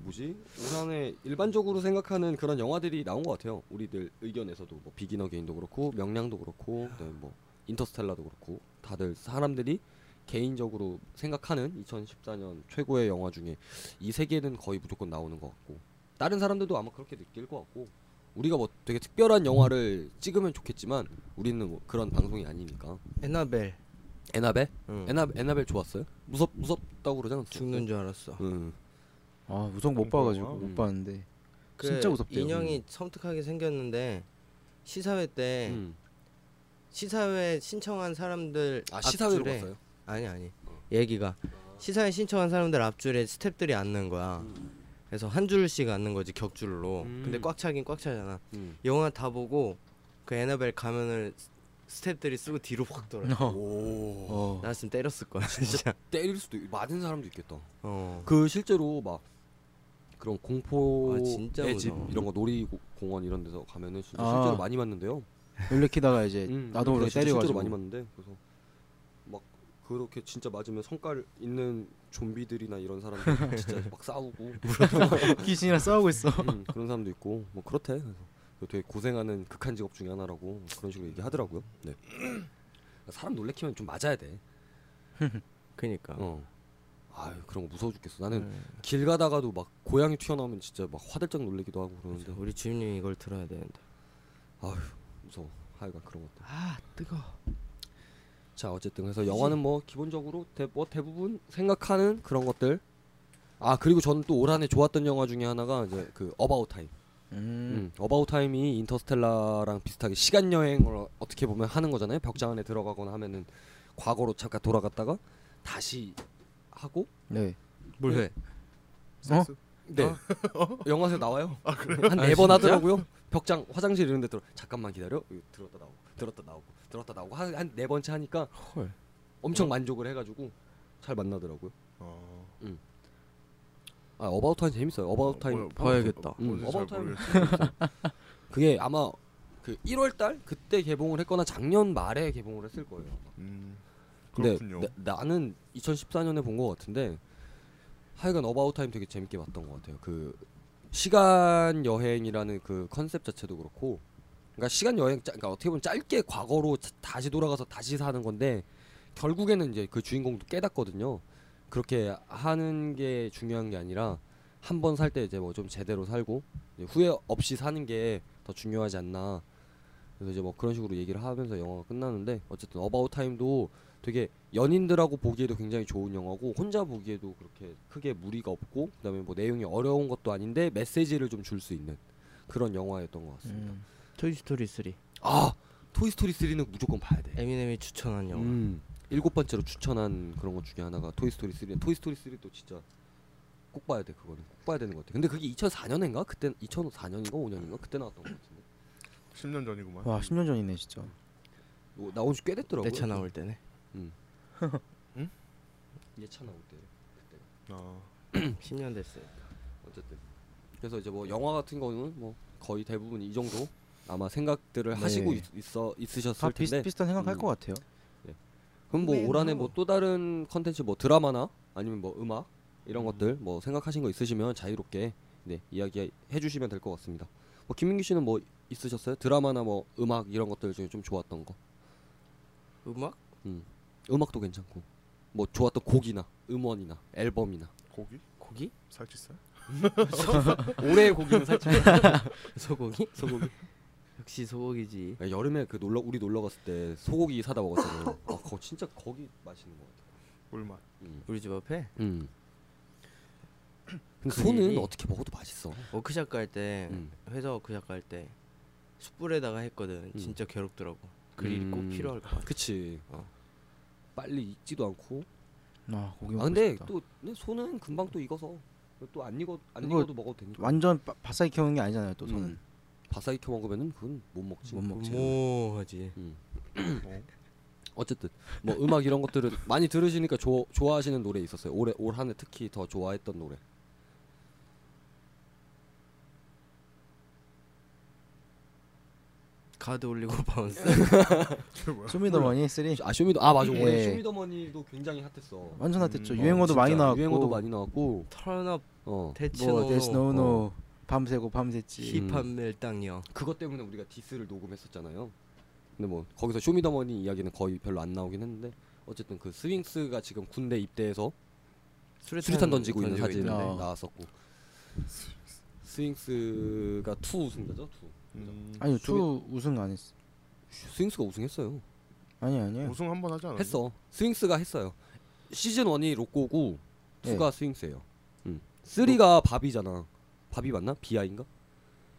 A: 뭐지 우선에 일반적으로 생각하는 그런 영화들이 나온 것 같아요. 우리들 의견에서도 뭐 비기너 게인도 그렇고 명량도 그렇고 그다음에 뭐 인터스텔라도 그렇고 다들 사람들이 개인적으로 생각하는 2014년 최고의 영화 중에 이 세 개는 거의 무조건 나오는 것 같고 다른 사람들도 아마 그렇게 느낄 것 같고 우리가 뭐 되게 특별한 영화를 찍으면 좋겠지만 우리는 뭐 그런 방송이 아니니까
C: 에나벨
A: 에나벨
C: 응.
A: 에나 에나벨 좋았어요? 무섭 무섭다고 그러잖아.
C: 죽는 줄 알았어
A: 음.
D: 아 우성 못
B: 그런가?
D: 봐가지고
A: 음.
D: 못 봤는데. 진짜 무섭대요.
C: 그 인형이 섬뜩하게 생겼는데 시사회 때
A: 음.
C: 시사회 신청한 사람들
A: 아 시사회로
C: 앞줄에-
A: 봤어요.
C: 아니 아니 얘기가 시사회 신청한 사람들 앞줄에 스탭들이 앉는 거야 그래서 한 줄씩 앉는 거지 격줄로
A: 음.
C: 근데 꽉 차긴 꽉 차잖아 영화 다 보고 그 에나벨 가면을 스탭들이 쓰고 뒤로 확 돌아
A: 오.
D: 어.
C: 나왔으면 때렸을 거야 진짜
A: 때릴 수도 있- 맞은 사람도 있겠다.
C: [LAUGHS] 어
A: 그 실제로 막 그런 공포의
C: 아, 진짜
A: 집
C: 무서워.
A: 이런 거 놀이공원 이런 데서 가면은 진짜
D: 아.
A: 실제로 많이 맞는데요.
D: 놀래키다가 이제
A: 음,
D: 나도 모르게
A: 진짜 실제로
D: 때려가지고.
A: 많이 맞는데 그래서 막 그렇게 진짜 맞으면 성깔 있는 좀비들이나 이런 사람들 진짜 막
D: [LAUGHS]
A: 싸우고
D: 귀신이랑 싸우고 있어.
A: 음, 그런 사람도 있고 뭐 그렇대. 그래서 그거 되게 고생하는 극한 직업 중에 하나라고 뭐 그런 식으로 얘기하더라고요. 네. [CLEARS THROAT] 사람 놀래키면 좀 맞아야 돼.
C: 그니까.
A: 어. 네. 아유 그런 거 무서워 죽겠어. 나는 길 가다가도 막 고양이 튀어나오면 진짜 막 화들짝 놀래기도 하고 그러는데
C: 우리 주임님이 이걸 들어야 되는데.
A: 무서워. 하여간 그런 것도.
C: 아 뜨거.
A: 자 어쨌든 그래서 영화는 뭐 기본적으로 대, 뭐 대부분 생각하는 그런 것들. 아 그리고 저는 또 올 한해 좋았던 영화 중에 하나가 이제 그 어바웃 타임.
D: 음.
A: 음, 어바웃 타임이 인터스텔라랑 비슷하게 시간 여행을 어떻게 보면 하는 거잖아요. 벽장 안에 들어가거나 하면은 과거로 잠깐 돌아갔다가 다시 하고
D: 네. 어?
A: 뭘 해?
B: 섹스.
A: 네.
B: 아.
A: [LAUGHS] 영화에서 나와요.
C: 아,
A: 한네 번
C: 진짜?
A: 하더라고요. 벽장 화장실 이런 데 들어 잠깐만 기다려. 이거 들었다 나오고 들었다 나오고 들었다 나오고 한 네 번째 하니까
C: 헐.
A: 엄청 만족을 해 가지고 잘 만나더라고요.
B: 어.
A: 아, 어바웃 타임 재밌어요. 어바웃 타임
B: 뭐야,
C: 봐야겠다.
B: 뭔지
A: 음,
B: 잘
A: 어바웃 타임.
B: 모르겠어.
A: 그게 아마 그 1월 달 그때 개봉을 했거나 작년 말에 개봉을 했을 거예요. 아마.
B: 음,
A: 근데
B: 그렇군요.
A: 네, 나, 나는 2014년에 본 것 같은데 하여간 어바웃 타임 되게 재밌게 봤던 것 같아요. 그 시간 여행이라는 그 컨셉 자체도 그렇고, 그러니까 시간 여행, 짜- 그러니까 어떻게 보면 짧게 과거로 자- 다시 돌아가서 다시 사는 건데 결국에는 이제 그 주인공도 깨닫거든요. 그렇게 하는 게 중요한 게 아니라 한 번 살 때 이제 뭐 좀 제대로 살고 이제 후회 없이 사는 게 더 중요하지 않나. 그래서 이제 뭐 그런 식으로 얘기를 하면서 영화가 끝나는데 어쨌든 어바웃 타임도 되게 연인들하고 보기에도 굉장히 좋은 영화고 혼자 보기에도 그렇게 크게 무리가 없고 그다음에 뭐 내용이 어려운 것도 아닌데 메시지를 좀 줄 수 있는 그런 영화였던 것 같습니다.
D: 음.
C: 토이 스토리 3.
A: 아 토이 스토리 3는 무조건 봐야 돼.
C: 에미넴이 추천한 영화.
A: 음, 일곱 번째로 추천한 그런 것 중에 하나가 토이 스토리 3. 토이 스토리 3도 진짜 꼭 봐야 돼 그거는 꼭 봐야 되는 것 같아. 근데 그게 2004년인가? 그때 2004년인가 5년인가 그때 나왔던 것 같은데.
B: 10년 전이구만.
A: 아.
D: 와 10년 전이네 진짜.
A: 뭐 나온 지 꽤 됐더라고요.
C: 내 차 나올 때네.
A: 예차 나올 때.
B: 아,
C: 10년 됐어요.
A: 어쨌든 그래서 이제 뭐 영화 같은 거는 뭐 거의 대부분 이 정도 아마 생각들을
D: 네.
A: 하시고 있, 어 있으셨을
D: 다
A: 텐데
D: 비슷비슷한 생각할
A: 음.
D: 것 같아요.
A: 그럼 뭐 올 한해 뭐 또 다른 컨텐츠 뭐 드라마나 아니면 뭐 음악 이런 것들 뭐 생각하신 거 있으시면 자유롭게 네 이야기해 주시면 될 것 같습니다. 뭐 김민기 씨는 뭐 있으셨어요? 드라마나 뭐 음악 이런 것들 중에 좀 좋았던 거
C: 음악?
A: 음악도 괜찮고 뭐 좋았던 곡이나 음원이나 앨범이나
B: 고기?
C: 고기? [LAUGHS]
B: 살치살?
A: 올해의 곡이면 살짝
C: 소고기?
A: 소고기
C: 역시 소고기지.
A: 야, 여름에 그 놀러 우리 놀러 갔을 때 소고기 사다 [LAUGHS] 먹었잖아요. 아, 그거 진짜 거기 맛있는 것 같아.
B: 꿀맛.
A: 음.
C: 우리 집 앞에
A: 음. 근데
C: 그
A: 소는
C: 일이-
A: 어떻게 먹어도 맛있어.
C: 워크샵 갈 때
A: 음.
C: 회사 워크샵 갈 때 숯불에다가 했거든.
A: 음.
C: 진짜 괴롭더라고. 그릴이
A: 음.
C: 꼭 필요할 것 같아.
A: 그치.
C: 어.
A: 빨리 익지도 않고.
D: 아 고기
A: 아
D: 먹고
A: 근데
D: 싶다.
A: 또 근데 소는 금방 또 익어서 또 안 익어 안
D: 그거
A: 익어도 먹어도 되니까.
D: 완전 바, 바삭이 키우는 게 아니잖아요. 또 저는
A: 음. 바삭 익혀 먹으면은 그건 못뭐 먹지.
D: 못 먹지.
C: 모하지.
A: 음.
B: 어.
A: 어쨌든 뭐 음악 이런 것들은 [LAUGHS] 많이 들으시니까 조, 좋아하시는 노래 있었어요. 올해 올 한해 특히 더 좋아했던 노래.
C: 가드 올리고 [LAUGHS] 바운스.
B: 그게 뭐야?
D: 쇼미더머니 3
A: 아 쇼미더 아 맞아 올해
D: 예.
A: 쇼미더머니도 굉장히 핫했어.
D: 완전 핫했죠.
B: 음,
D: 네. 유행어도
A: 어,
D: 많이
A: 진짜
D: 나왔고
A: 유행어도 많이 나왔고
C: 털업
A: 어
D: 뭐 데스
C: 대치노
D: 노노 밤새고 밤새지.
A: 음.
C: 힙합 밀당녀.
A: 그것 때문에 우리가 디스를 녹음했었잖아요 근데 뭐 거기서 쇼미더머니 이야기는 거의 별로 안 나오긴 했는데 어쨌든 그 스윙스가 지금 군대 입대해서 수류탄 던지고 있는 사진 네,
D: 있는데. 아.
A: 나왔었고 스윙스가 투 우승자죠 투
B: 음,
D: 아니 투 우승 안 했어.
A: 스윙스가 우승했어요
D: 아니 아니에요.
B: 우승 한 번 하지 않았나?
A: 했어 스윙스가 했어요 시즌 1이 로꼬고 2가 스윙스예요 음. 3가 바비잖아 바비 맞나? 비아인가?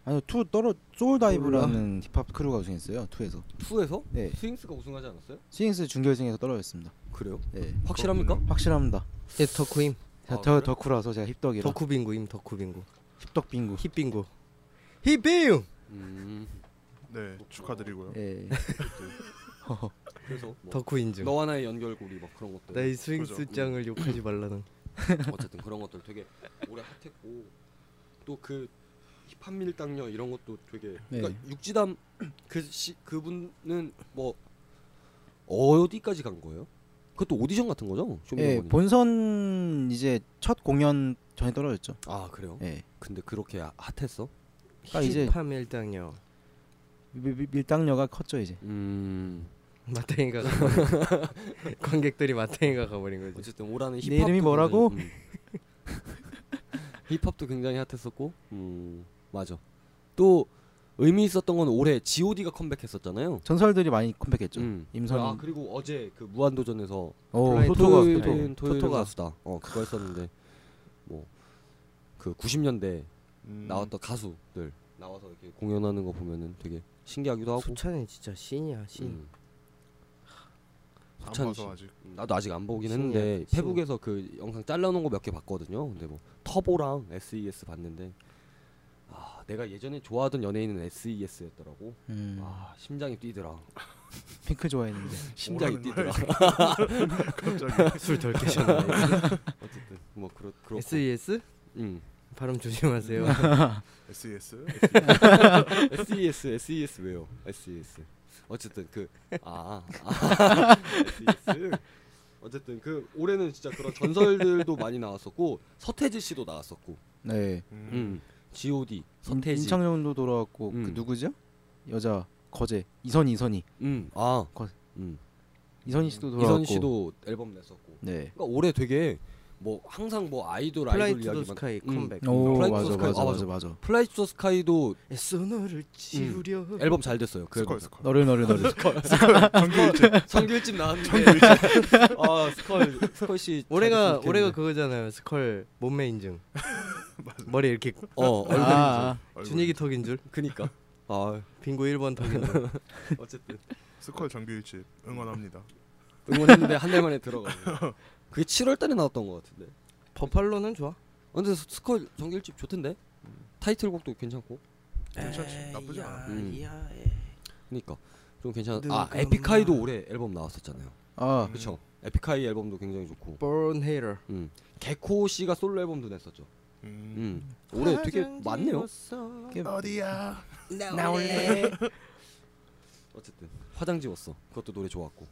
D: 아니 투 떨어 소울 다이브라는 힙합 크루가 우승했어요. 투에서.
A: 2에서
D: 네.
A: 스윙스가 우승하지 않았어요?
D: 스윙스 준결승에서 떨어졌습니다.
A: 그래요?
D: 네.
A: 확실합니까?
D: 확실합니다.
C: 예, 덕후임.
A: 아,
D: 제가
A: 그래?
D: 더 덕후라서 제가
A: 아,
D: 힙덕이라
C: 덕후빙구임. 덕후빙구.
D: 힙덕 빙구.
C: 힙빙구. 힙빙.
A: 음.
B: 네,
A: 어.
B: 축하드리고요.
D: 예.
A: 그래서 뭐 네,
C: 덕후 인증.
A: 너와 나의 연결고리 막 그런 것들
C: 나의 스윙스장을 욕하지 말라는.
A: 어쨌든 그런 것들 되게 오래 핫했고 또 그 힙합 밀당녀 이런 것도 되게
D: 네.
A: 그러니까 육지담 그 시, 그분은 뭐 어디까지 간 거예요? 그것도 오디션 같은 거죠?
D: 예,
A: 쇼미더머니.
D: 본선 이제 첫 공연 전에 떨어졌죠.
A: 아 그래요?
D: 예.
A: 근데 그렇게 아- 핫했어?
D: 아, 이제-
C: 힙합 밀당요
D: 밀- 밀- 밀당녀가 컸죠 이제.
A: 음
C: 마탱이가
A: [LAUGHS]
C: 가버린- 관객들이 마탱이가 가버린 거지.
A: 어쨌든 오라는 음.
D: 내
A: 힙합
D: 이름이 뭐라고?
A: [LAUGHS] 힙합도 굉장히 핫했었고 음 맞아 또 의미 있었던 건 올해 G.O.D가 컴백했었잖아요.
D: 전설들이 많이 컴백했죠.
A: 음.
D: 임선.
A: 아 그리고 어제 그 무한도전에서
D: 오,
A: 플라이
D: 네, 토토가
A: 토요일은 네, 토요일은
D: 토토. 토토가.
A: 가수다. 어 그거 했었는데 뭐 그 90년대 나왔던 가수들 나와서 이렇게 공연하는 거 보면은 되게 신기하기도 하고
C: 소찬이 진짜 신이야 신.
A: 음.
B: 음, 안
A: 소찬 씨.
B: 봐서 아직.
A: 나도 아직 안 보긴
C: 신이야,
A: 했는데
C: 신.
A: 페북에서 그 영상 잘라놓은 거 몇 개 봤거든요. 근데 뭐 터보랑 SES 봤는데 아 내가 예전에 좋아하던 연예인은 SES였더라고.
D: 음,
A: 아 심장이 뛰더라.
D: 핑크 좋아했는데.
A: 심장이
B: 뭐라는
A: 뛰더라. [LAUGHS]
B: 갑자기 [LAUGHS]
C: 술덜 깨셨네.
A: 어쨌든 뭐 그렇 그렇고.
D: E
C: SES
A: 음.
C: E 발음 조심하세요.
B: SES.
A: SES SES E 왜요? SES 어쨌든 그아 SES 어쨌든 그 올해는 진짜 그런 전설들도 많이 나왔었고 서태지 씨도 나왔었고.
D: 네.
B: 음.
A: 음. G.O.D. 서태지.
D: 임창정도 돌아왔고 그
A: 음.
D: 누구죠? 여자 거제 이선희 이선희
A: 음. 아.
D: 거-
A: 음.
D: 이선희 씨도 돌아왔고.
A: 이선 씨도 앨범 냈었고.
D: 네.
A: 그러니까 올해 되게 뭐 항상 뭐 아이돌 아이돌
C: 플라이트 더
A: 이야기만
C: 스카이
A: 음.
C: 컴백.
D: 오
A: 플라이
D: 어, 맞아
A: 투 스카이.
D: 맞아
A: 아,
D: 맞아 맞아.
A: 플라이트 더 스카이도
C: 애써너를 지우려.
A: 앨범 잘 됐어요. 그
B: 스컬
A: 앨범.
B: 스컬.
D: 너를 너를 너를. 아,
A: 정규일집 나왔는데 아 스컬 스컬 씨
C: 올해가
A: 잘 됐으면
C: 올해가
A: 좋겠는데.
C: 그거잖아요. 스컬
B: [LAUGHS]
C: 몸매 인증. 머리 이렇게
A: 어 얼굴
D: 아, 아,
B: 얼굴.
C: 준익이 턱인 줄.
A: 그니까 아
C: 빙고 1번
A: [LAUGHS]
C: 턱인 줄.
A: 어쨌든
B: 스컬 정규 일집 응원합니다.
A: 응원했는데 한 달 만에 들어가 그게 7월 달에 나왔던 것 같은데
C: 버팔로는 좋아.
A: 근데 스- 스컬 정규일집 좋던데 타이틀곡도 괜찮고
B: 괜찮지. 나쁘지 않아.
A: 음.
C: 이야,
A: 그니까 좀 괜찮
C: 근데
A: 아
C: 그건
A: 에픽하이도
C: 막-
A: 올해 앨범 나왔었잖아요
D: 아
A: 그쵸 에픽하이 앨범도 굉장히 좋고
C: Born Hater.
A: 음. 개코 씨가 솔로 앨범도 냈었죠.
B: 음.
A: 음. 올해 되게 많네요. 음.
B: 어디야?
A: [LAUGHS]
C: 나올래.
A: 어쨌든 화장 지웠어. 그것도 노래 좋았고.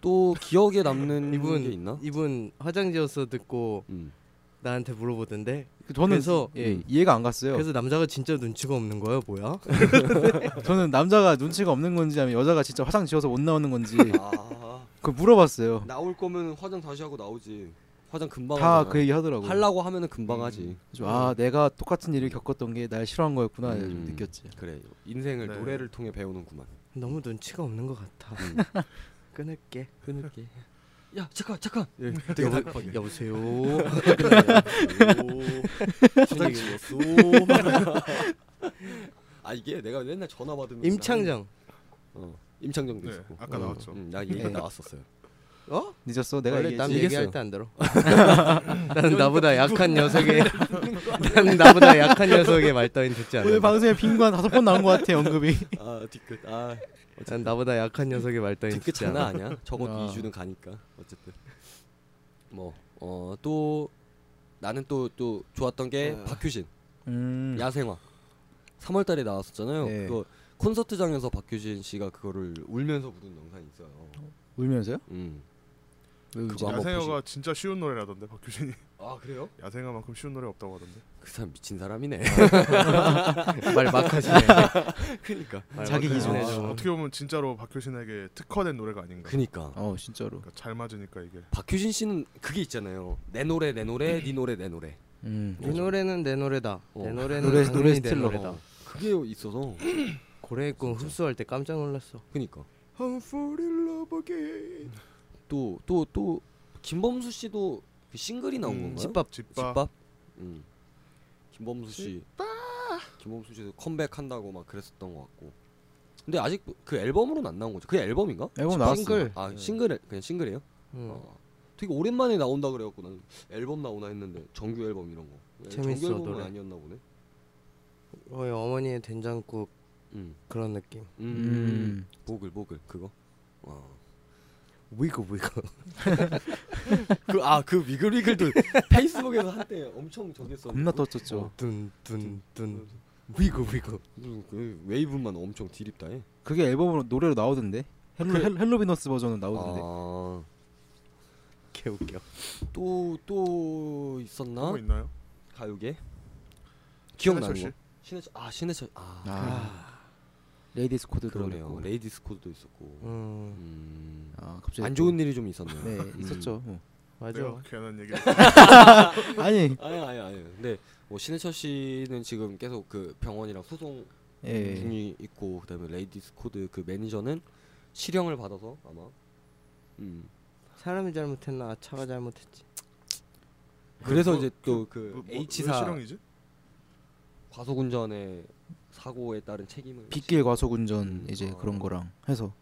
A: 또 기억에 남는 게 있나?
C: [LAUGHS] 이분 이분 화장지어서 듣고
A: 음.
C: 나한테 물어보던데.
D: 저는
C: 그래서-
D: 예, 이해가 안 갔어요.
C: 그래서 남자가 진짜 눈치가 없는 거야, 뭐야? [LAUGHS]
D: 저는 남자가 눈치가 없는 건지 아니면 여자가 진짜 화장 지어서 못 나오는 건지
A: 아
D: 그 물어봤어요.
A: 나올 거면 화장 다시 하고 나오지. 화장 금방
D: 다
A: 하잖아.
D: 그 얘기 하더라고. 요
A: 하려고 하면은 금방 하지.
D: 아 내가 똑같은 일을 겪었던 게 날 싫어한 거였구나 내가 좀
A: 음.
D: 느꼈지.
A: 그래 인생을
B: 네.
A: 노래를 통해 배우는구만.
C: 너무 눈치가 없는 것 같아.
A: 음.
C: [LAUGHS] 끊을게.
A: 끊을게. 야 잠깐 잠깐.
D: 네,
C: 예,
A: 되게
C: 여보,
A: 착하게.
D: [LAUGHS]
C: 여보세요.
A: 화장 지웠어. 아 이게 내가 맨날 전화 받으면
C: 임창정.
A: 어, 임창정도
B: 네,
A: 있었고.
B: 아까
A: 어,
B: 나왔죠.
A: 음, 나 얘기 나왔었어요.
C: 어?
D: 늦었어. 내가
C: 원래 남
D: 얘기했지.
A: 얘기했어요.
C: 얘기할 때 안
D: [LAUGHS]
C: 들어. 난 나보다 약한 녀석의 난 나보다 약한 녀석의 말따윈 듣지 않아.
D: 오늘 방송에 빈관 다섯 번 나온 것 같아 언급이.
A: 아 뒤끝 아
C: 난 나보다 약한 녀석의 말따윈
A: 뒤끝
C: 듣지
A: 장난
C: 네, 않아.
A: 아니야 적어도
D: 아.
A: 2주는 가니까 어쨌든 뭐, 뭐어또 나는 또 또 좋았던 게
C: 어.
A: 박효신
D: 음.
A: 야생화 3월달에 나왔었잖아요
D: 네.
A: 그거 콘서트장에서 박효신 씨가 그거를 울면서 부른 영상이 있어요
D: 울면서요?
A: 음아
D: 왜 울지?
A: 그거 한번 아,
B: 야생어가 진짜 쉬운 노래라던데 박규진이
A: 그래요
B: [LAUGHS] 야생어만큼 쉬운 노래 없다고 하던데.
A: 그 사람 미친 사람이네
C: 말
D: [LAUGHS]
C: 막하시네.
A: 그니까
C: 말
D: 그러니까. 자기
C: 막하시네,
D: 기준에
C: 저거.
B: 아, 어떻게 보면 진짜로 박효신에게 특화된 노래가
A: 음.
B: 아닌가.
A: 그니까
D: 어 진짜로.
B: 그러니까 잘 맞으니까 이게.
A: 박효신 씨는 그게 있잖아요 내 노래 내 노래 네 노래 내 노래
D: 음.
C: 네 노래는 내 노래다. 내
A: 어.
C: 노래는
D: 노래-
C: 당연히
D: 노래
C: 내
D: 스틸러.
C: 노래다.
A: 어, 그게 있어서
C: 고래의 꿈 흡수할 때 깜짝 놀랐어.
A: 그니까
C: I'm fall in love again.
A: 또 또 또 김범수 씨도 그 싱글이 나온
B: 음,
A: 건가요?
C: 집밥.
B: 집밥.
A: 집밥. 음. 김범수 씨. 김범수 씨도 컴백한다고 막 그랬었던 것 같고. 근데 아직 그 앨범으로는 안 나온 거죠? 그 앨범인가?
D: 앨범
A: 집밥?
D: 나왔어.
C: 싱글.
A: 아 싱글 그냥 싱글이에요?
C: 응.
A: 어. 되게 오랜만에 나온다 그래갖고 나는 앨범 나오나 했는데 정규 앨범 이런 거. 예, 정규
C: 재밌어,
A: 앨범은
C: 노래.
A: 아니었나 보네.
C: 어, 어머니의 된장국
A: 음.
C: 그런 느낌.
A: 음.
D: 음.
A: 보글 보글 그거. 어. [LAUGHS]
C: 위그 위그.
A: 그아그 위글위글도 페이스북에서 한때 엄청 저기 했었는데.
D: 겁나 떴었죠.
C: 둔둔둔 위그 위그.
A: 그 웨이브만 엄청 디립다해.
D: 그 그게 앨범으로 노래로 나오던데. 헬로, 헬로비너스 버전은 나오던데.
A: 아,
C: 개 웃겨.
A: 또 또 있었나?
B: 뭐 있나요?
A: 가요계 기억나는
B: 신해철
A: 거. 신해철 아 신해철 아,
D: 아. 레이디스 코드
A: 그러네요. 레이디스 코드도 있었고.
C: 음
A: 음.
D: 아 갑자기
A: 안
D: 또-
A: 좋은 일이 좀 있었네요. [LAUGHS]
D: 네
A: 음.
D: 있었죠. 뭐.
B: 내가
C: 맞아.
B: 괜한 얘기.
D: 아니
A: 아니 아니 아니. 근데 뭐 신해철 씨는 지금 계속 그 병원이랑 소송
D: 예
A: 중이 있고 그다음에 레이디스 코드 그 매니저는 실형을 받아서 아마 음.
C: 사람이 잘못했나 아, 차가 잘못했지.
A: 그래서
B: 뭐,
A: 이제 또 그
B: 뭐, 뭐, 왜
A: H사
B: 실형이지?
A: 과속운전의 사고에 따른 책임을
D: 빗길 과속운전
A: 음,
D: 이제
A: 어.
D: 그런 거랑 해서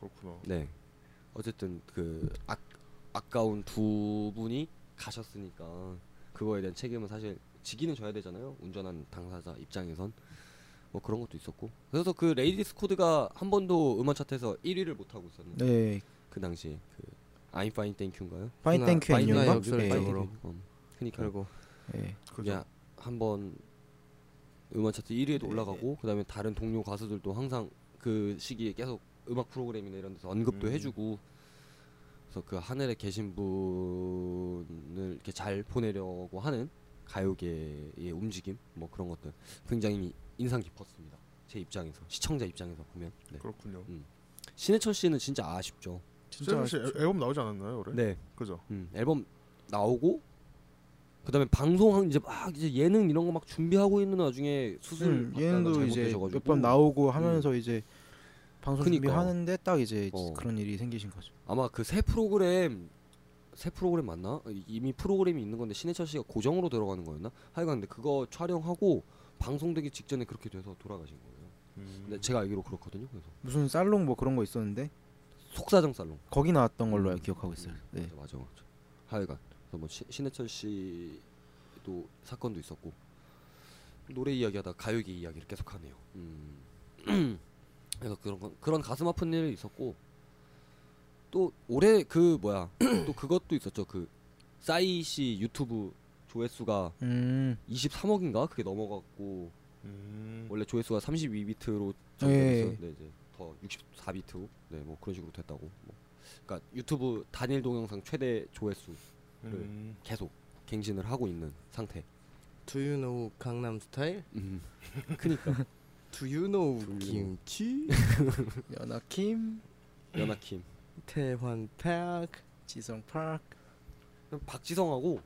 B: 그렇구나.
A: 네. 어쨌든 그 아, 아까운 두 분이 가셨으니까 그거에 대한 책임은 사실 지기는 져야 되잖아요. 운전한 당사자 입장에선 뭐 그런 것도 있었고. 그래서 그 레이디스 코드가 한 번도 음원 차트에서 1위를 못 하고 있었는데
D: 네
A: 그 당시에 그 아임 파인 땡큐인가요?
D: 파인
C: 그날
D: 땡큐
C: 파인
D: 앤유가
C: 역설의
A: 로
C: 역으로.
A: 음, 그러니까
C: 그리고
D: 예
B: 그죠.
A: 야 한번 음원 차트 1위에도
D: 네,
A: 올라가고 그다음에 다른 동료 가수들도 항상 그 시기에 계속 음악 프로그램이나 이런 데서 언급도
B: 음.
A: 해주고 그래서 그 하늘에 계신 분을 이렇게 잘 보내려고 하는 가요계의 움직임 뭐 그런 것들 굉장히 인상 깊었습니다 제 입장에서 시청자 입장에서 보면 네.
B: 그렇군요.
A: 신해철 씨는 진짜 아쉽죠
B: 세븐 씨
D: 아쉽죠.
B: 앨- 앨범 나오지 않았나요, 올해?
A: 네
B: 그죠.
A: 음, 앨범 나오고 그다음에 방송 이제 막 이제 예능 이런 거 막 준비하고 있는 와중에 수술
D: 음, 얘네도 이제 몇 번
A: 고 음.
D: 나오고 하면서 이제 방송
A: 그니까요.
D: 준비하는데 딱 이제
A: 어.
D: 그런 일이 생기신 거죠.
A: 아마 그 새 프로그램 새 프로그램 맞나 이미 프로그램이 있는 건데 신해철 씨가 고정으로 들어가는 거였나 하여간 근데 그거 촬영하고 방송되기 직전에 그렇게 돼서 돌아가신 거예요
B: 음.
A: 근데 제가 알기로 그렇거든요 그래서
D: 무슨 살롱 뭐 그런 거 있었는데
A: 속사정 살롱
D: 거기 나왔던 걸로
A: 음.
D: 기억하고 있어요. 네.
A: 맞아 맞아 맞아. 하여간 그래서 뭐 시- 신해철 씨도 사건도 있었고 노래 이야기하다 가요계 이야기를 계속하네요. 음. [CLEARS THROAT] 그래서 그런 건 그런 가슴 아픈 일이 있었고 또 올해 그 뭐야 [CLEARS THROAT] 또 그것도 있었죠 그 싸이 씨 유튜브 조회수가
D: 음.
A: 23억인가 그게 넘어갔고
B: 음.
A: 원래 조회수가 32비트로
D: 예.
A: 정했었는데 이제 더 64비트로 네 뭐 그런 식으로 됐다고 뭐. 그러니까 유튜브 단일 동영상 최대 조회수 네.
B: 음.
A: 계속 갱신을 하고 있는 상태.
C: Do you know 강남 스타일?
A: [LAUGHS] 음. 그니까
C: Do you know
A: Do you know.
C: 김치?
D: 연아 킴,
A: 연하킴
C: 태환 팍.
D: 지성 파크.
A: 그럼 박지성하고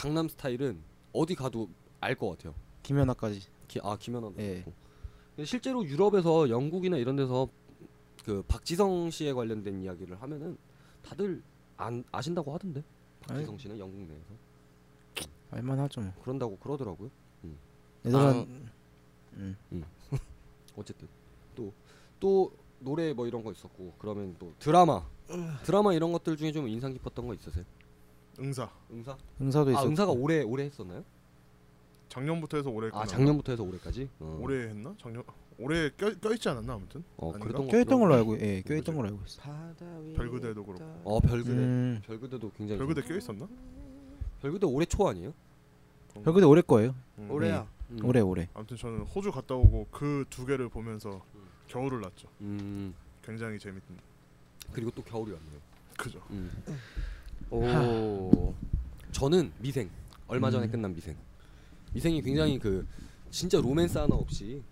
A: 강남 스타일은 어디 가도 알 것 같아요.
D: 김연아까지.
A: 기, 아 김연아도
D: 예.
A: 그렇고. 근데 실제로 유럽에서 영국이나 이런 데서 그 박지성 씨에 관련된 이야기를 하면은 다들 안 아신다고 하던데. 박지성 씨는 영국 내에서
D: 알만하죠. 뭐.
A: 그런다고 그러더라고요. 아,
D: 네덜란드. 음.
A: 어쨌든 또 또 노래 뭐 이런 거 있었고 그러면 또 드라마 드라마 이런 것들 중에 좀 인상 깊었던 거 있으세요?
B: 응사.
A: 응사?
D: 응사도
A: 아
D: 있었고.
A: 응사가 올해 올해 했었나요?
B: 작년부터 해서 올해.
A: 아
B: 끝나나?
A: 작년부터 해서 올해까지? 어.
B: 올해 했나? 작년 올해 껴, 껴있지 않았나 아무튼.
A: 어
B: 아닌가?
A: 그랬던 거
D: 껴있던 걸로
A: 같더라고요.
D: 알고. 예, 껴있던 걸로 알고 있어.
C: 바다 위.
B: 별그대도 그렇고.
A: 어 별그대
D: 음.
A: 별그대도 굉장히 별그대
B: 별그대 껴있었나?
A: 별그대 올해 초 아니에요?
D: 별그대 올해 거예요.
B: 음.
C: 올해야.
A: 음.
D: 올해 올해.
B: 아무튼 저는 호주 갔다 오고 그 두 개를 보면서
A: 음.
B: 겨울을 났죠.
A: 음
B: 굉장히 재밌던.
A: 그리고 또 겨울이 왔네요.
B: 그죠.
A: 음.
C: 오.
A: 저는 미생 얼마 전에
D: 음.
A: 끝난 미생 미생이 굉장히 그 진짜 로맨스 하나 없이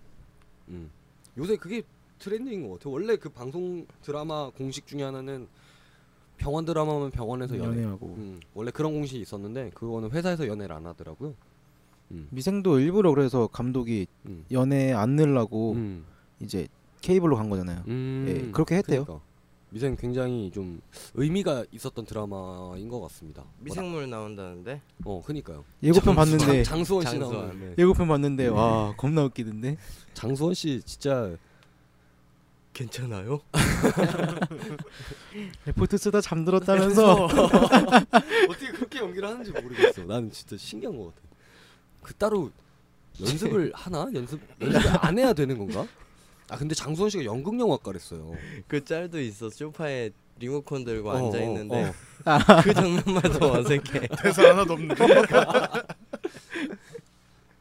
A: 음. 요새 그게 트렌드인 것 같아요. 원래 그 방송 드라마 공식 중에 하나는 병원 드라마면 병원에서 연애
D: 연애하고.
A: 음, 원래 그런 공식이 있었는데 그거는 회사에서 연애를 안 하더라고요.
D: 미생도 일부러 그래서 감독이
A: 음.
D: 연애 안 넣으려고
A: 음.
D: 이제 케이블로 간 거잖아요.
A: 음.
D: 예, 그렇게 했대요.
A: 그러니까. 미생 굉장히 좀 의미가 있었던 드라마인 것 같습니다.
C: 미생물 나온다는데?
A: 어, 그니까요.
D: 예고편 봤는데
A: 장, 장수원 씨
C: 장수원.
A: 나오는. 네.
D: 예고편 봤는데 와 겁나 웃기던데.
A: 장수원 씨 진짜
C: 괜찮아요? [LAUGHS]
D: 레포트 쓰다 잠들었다면서. [LAUGHS]
A: 어떻게 그렇게 연기를 하는지 모르겠어. 나는 진짜 신기한 것 같아. 그 따로 [LAUGHS] 연습을 하나? 연습 연습을 안 해야 되는 건가? 아 근데 장수원 씨가 연극영화과랬어요.
C: 그 짤도 있어. 소파에 리모컨 들고
A: 어,
C: 앉아
A: 어,
C: 있는데
A: 어.
C: 그 장면만 더 어색해.
B: [LAUGHS] 대사
A: [LAUGHS]
B: 하나도 없는데.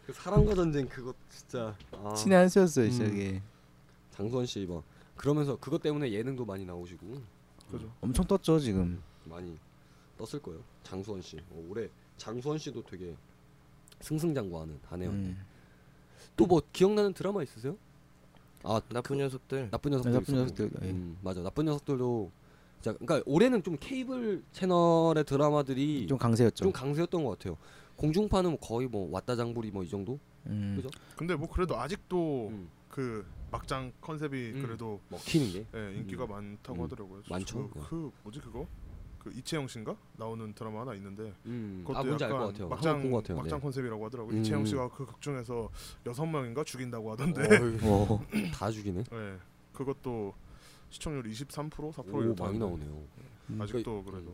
A: 그 사랑과 전쟁 그거 진짜. 아.
D: 친애 한 수였어요,
A: 음.
D: 진짜 이게.
A: 장수원 씨막 그러면서 그것 때문에 예능도 많이 나오시고.
B: 그죠.
D: 엄청 떴죠 지금.
A: 많이 떴을 거예요. 장수원 씨 어, 올해 장수원 씨도 되게 승승장구하는 한 해였네.
D: 음.
A: 또 뭐 기억나는 드라마 있으세요? 아
C: [LAUGHS] 나쁜 녀석들
A: 나쁜 녀석들
D: 나쁜
A: 있었고.
D: 녀석들. 예.
A: 음, 맞아 나쁜 녀석들도 자 그러니까 올해는 좀 케이블 채널의 드라마들이 좀,
D: 좀 그렇죠. 강세였죠.
A: 강세였던 것 같아요. 공중파는 거의 뭐 왔다 장부리 뭐 이 정도
D: 음.
A: 그죠?
B: 근데 뭐 그래도 아직도
A: 음,
B: 그 막장 컨셉이
A: 음.
B: 그래도
A: 먹히는 게
B: 예, 인기가
A: 음.
B: 많다고
A: 음.
B: 하더라고요. 저-
A: 많죠.
B: 그, 그 뭐지 그거? 그 이채영 씨인가 나오는 드라마 하나 있는데
A: 음,
B: 그것도
A: 아 뭔지 알
B: 약간
A: 것 같아요.
B: 막장
A: 한번 본것 같아요.
B: 막장 컨셉이라고 하더라고요.
A: 음.
B: 이채영 씨가 그 극 중에서 여섯 명인가 죽인다고 하던데.
A: 네.
D: 오.
A: 어휴, 다 죽이네.
B: 예. 그것도 시청률 23% 4%
A: 오
B: 이렇다
A: 많이
B: 하는데
A: 나오네요. 그러니까
B: 아직도 그래도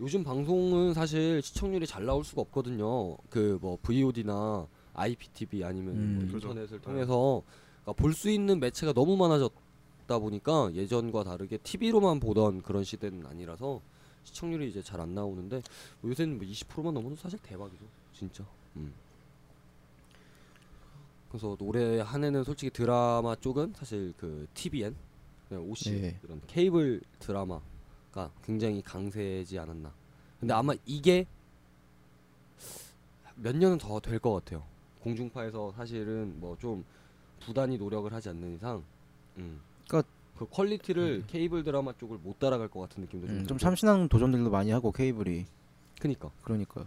A: 요즘 방송은 사실 시청률이 잘 나올 수가 없거든요. 그 뭐 VOD나 IPTV 아니면
D: 음.
A: 뭐
B: 그죠.
A: 인터넷을
B: 네.
A: 통해서 그러니까 볼 수 있는 매체가 너무 많아졌다 보니까 예전과 다르게 TV로만 보던 그런 시대는 아니라서 시청률이 이제 잘 안 나오는데 뭐 요새는 뭐 20%만 넘어도 사실 대박이죠. 진짜. 음. 그래서 올해 한 해는 솔직히 드라마 쪽은 사실 그 TVN, 그냥 OC
D: 네.
A: 이런 케이블 드라마가 굉장히 강세지 않았나. 근데 아마 이게 몇 년은 더 될 것 같아요. 공중파에서 사실은 뭐 좀 부단히 노력을 하지 않는 이상, 음.
D: 그러니까-
A: 그 퀄리티를 케이블 드라마 쪽을 못 따라갈 것 같은 느낌도 좀.
D: 음, 좀
A: 들고.
D: 참신한 도전들도 많이 하고 케이블이
A: 그니까.
D: 그러니까.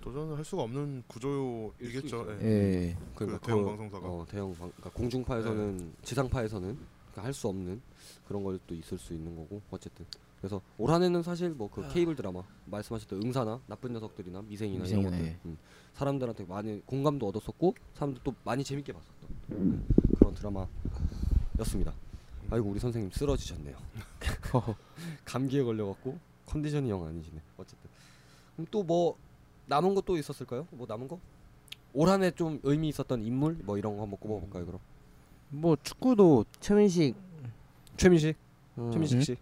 B: 도전을 할 수가 없는 구조이겠죠.
A: 있어요.
B: 예.
D: 예.
A: 그러니까
B: 그 대형
A: 그거-
B: 방송사가. 네.
A: 어, 대형 방, 그러니까 공중파에서는 지상파에서는 그러니까 할 수 없는 그런 걸 또 있을 수 있는 거고 어쨌든 그래서 올 한해는 사실 뭐
D: 아.
A: 그 케이블 드라마 말씀하셨던 응사나 나쁜 녀석들이나 미생이나
D: 미생이나,
A: 이런 것들
D: 예.
A: 음, 사람들한테 많이 공감도 얻었었고 사람들 또 많이 재밌게 봤었던 음, 그런 드라마였습니다. 아이고 우리 선생님
D: [LAUGHS]
A: 쓰러지셨네요. [LAUGHS] 감기에 걸려갖고 컨디션이 영 아니시네. 어쨌든 또 뭐 남은 거 또 있었을까요? 뭐 남은 거? 올 한해 좀 의미 있었던 인물 뭐 이런 거 한번 꼽아볼까요 그럼?
D: 뭐 축구도
C: 최민식
A: 최민식,
C: 어,
A: 최민식 씨.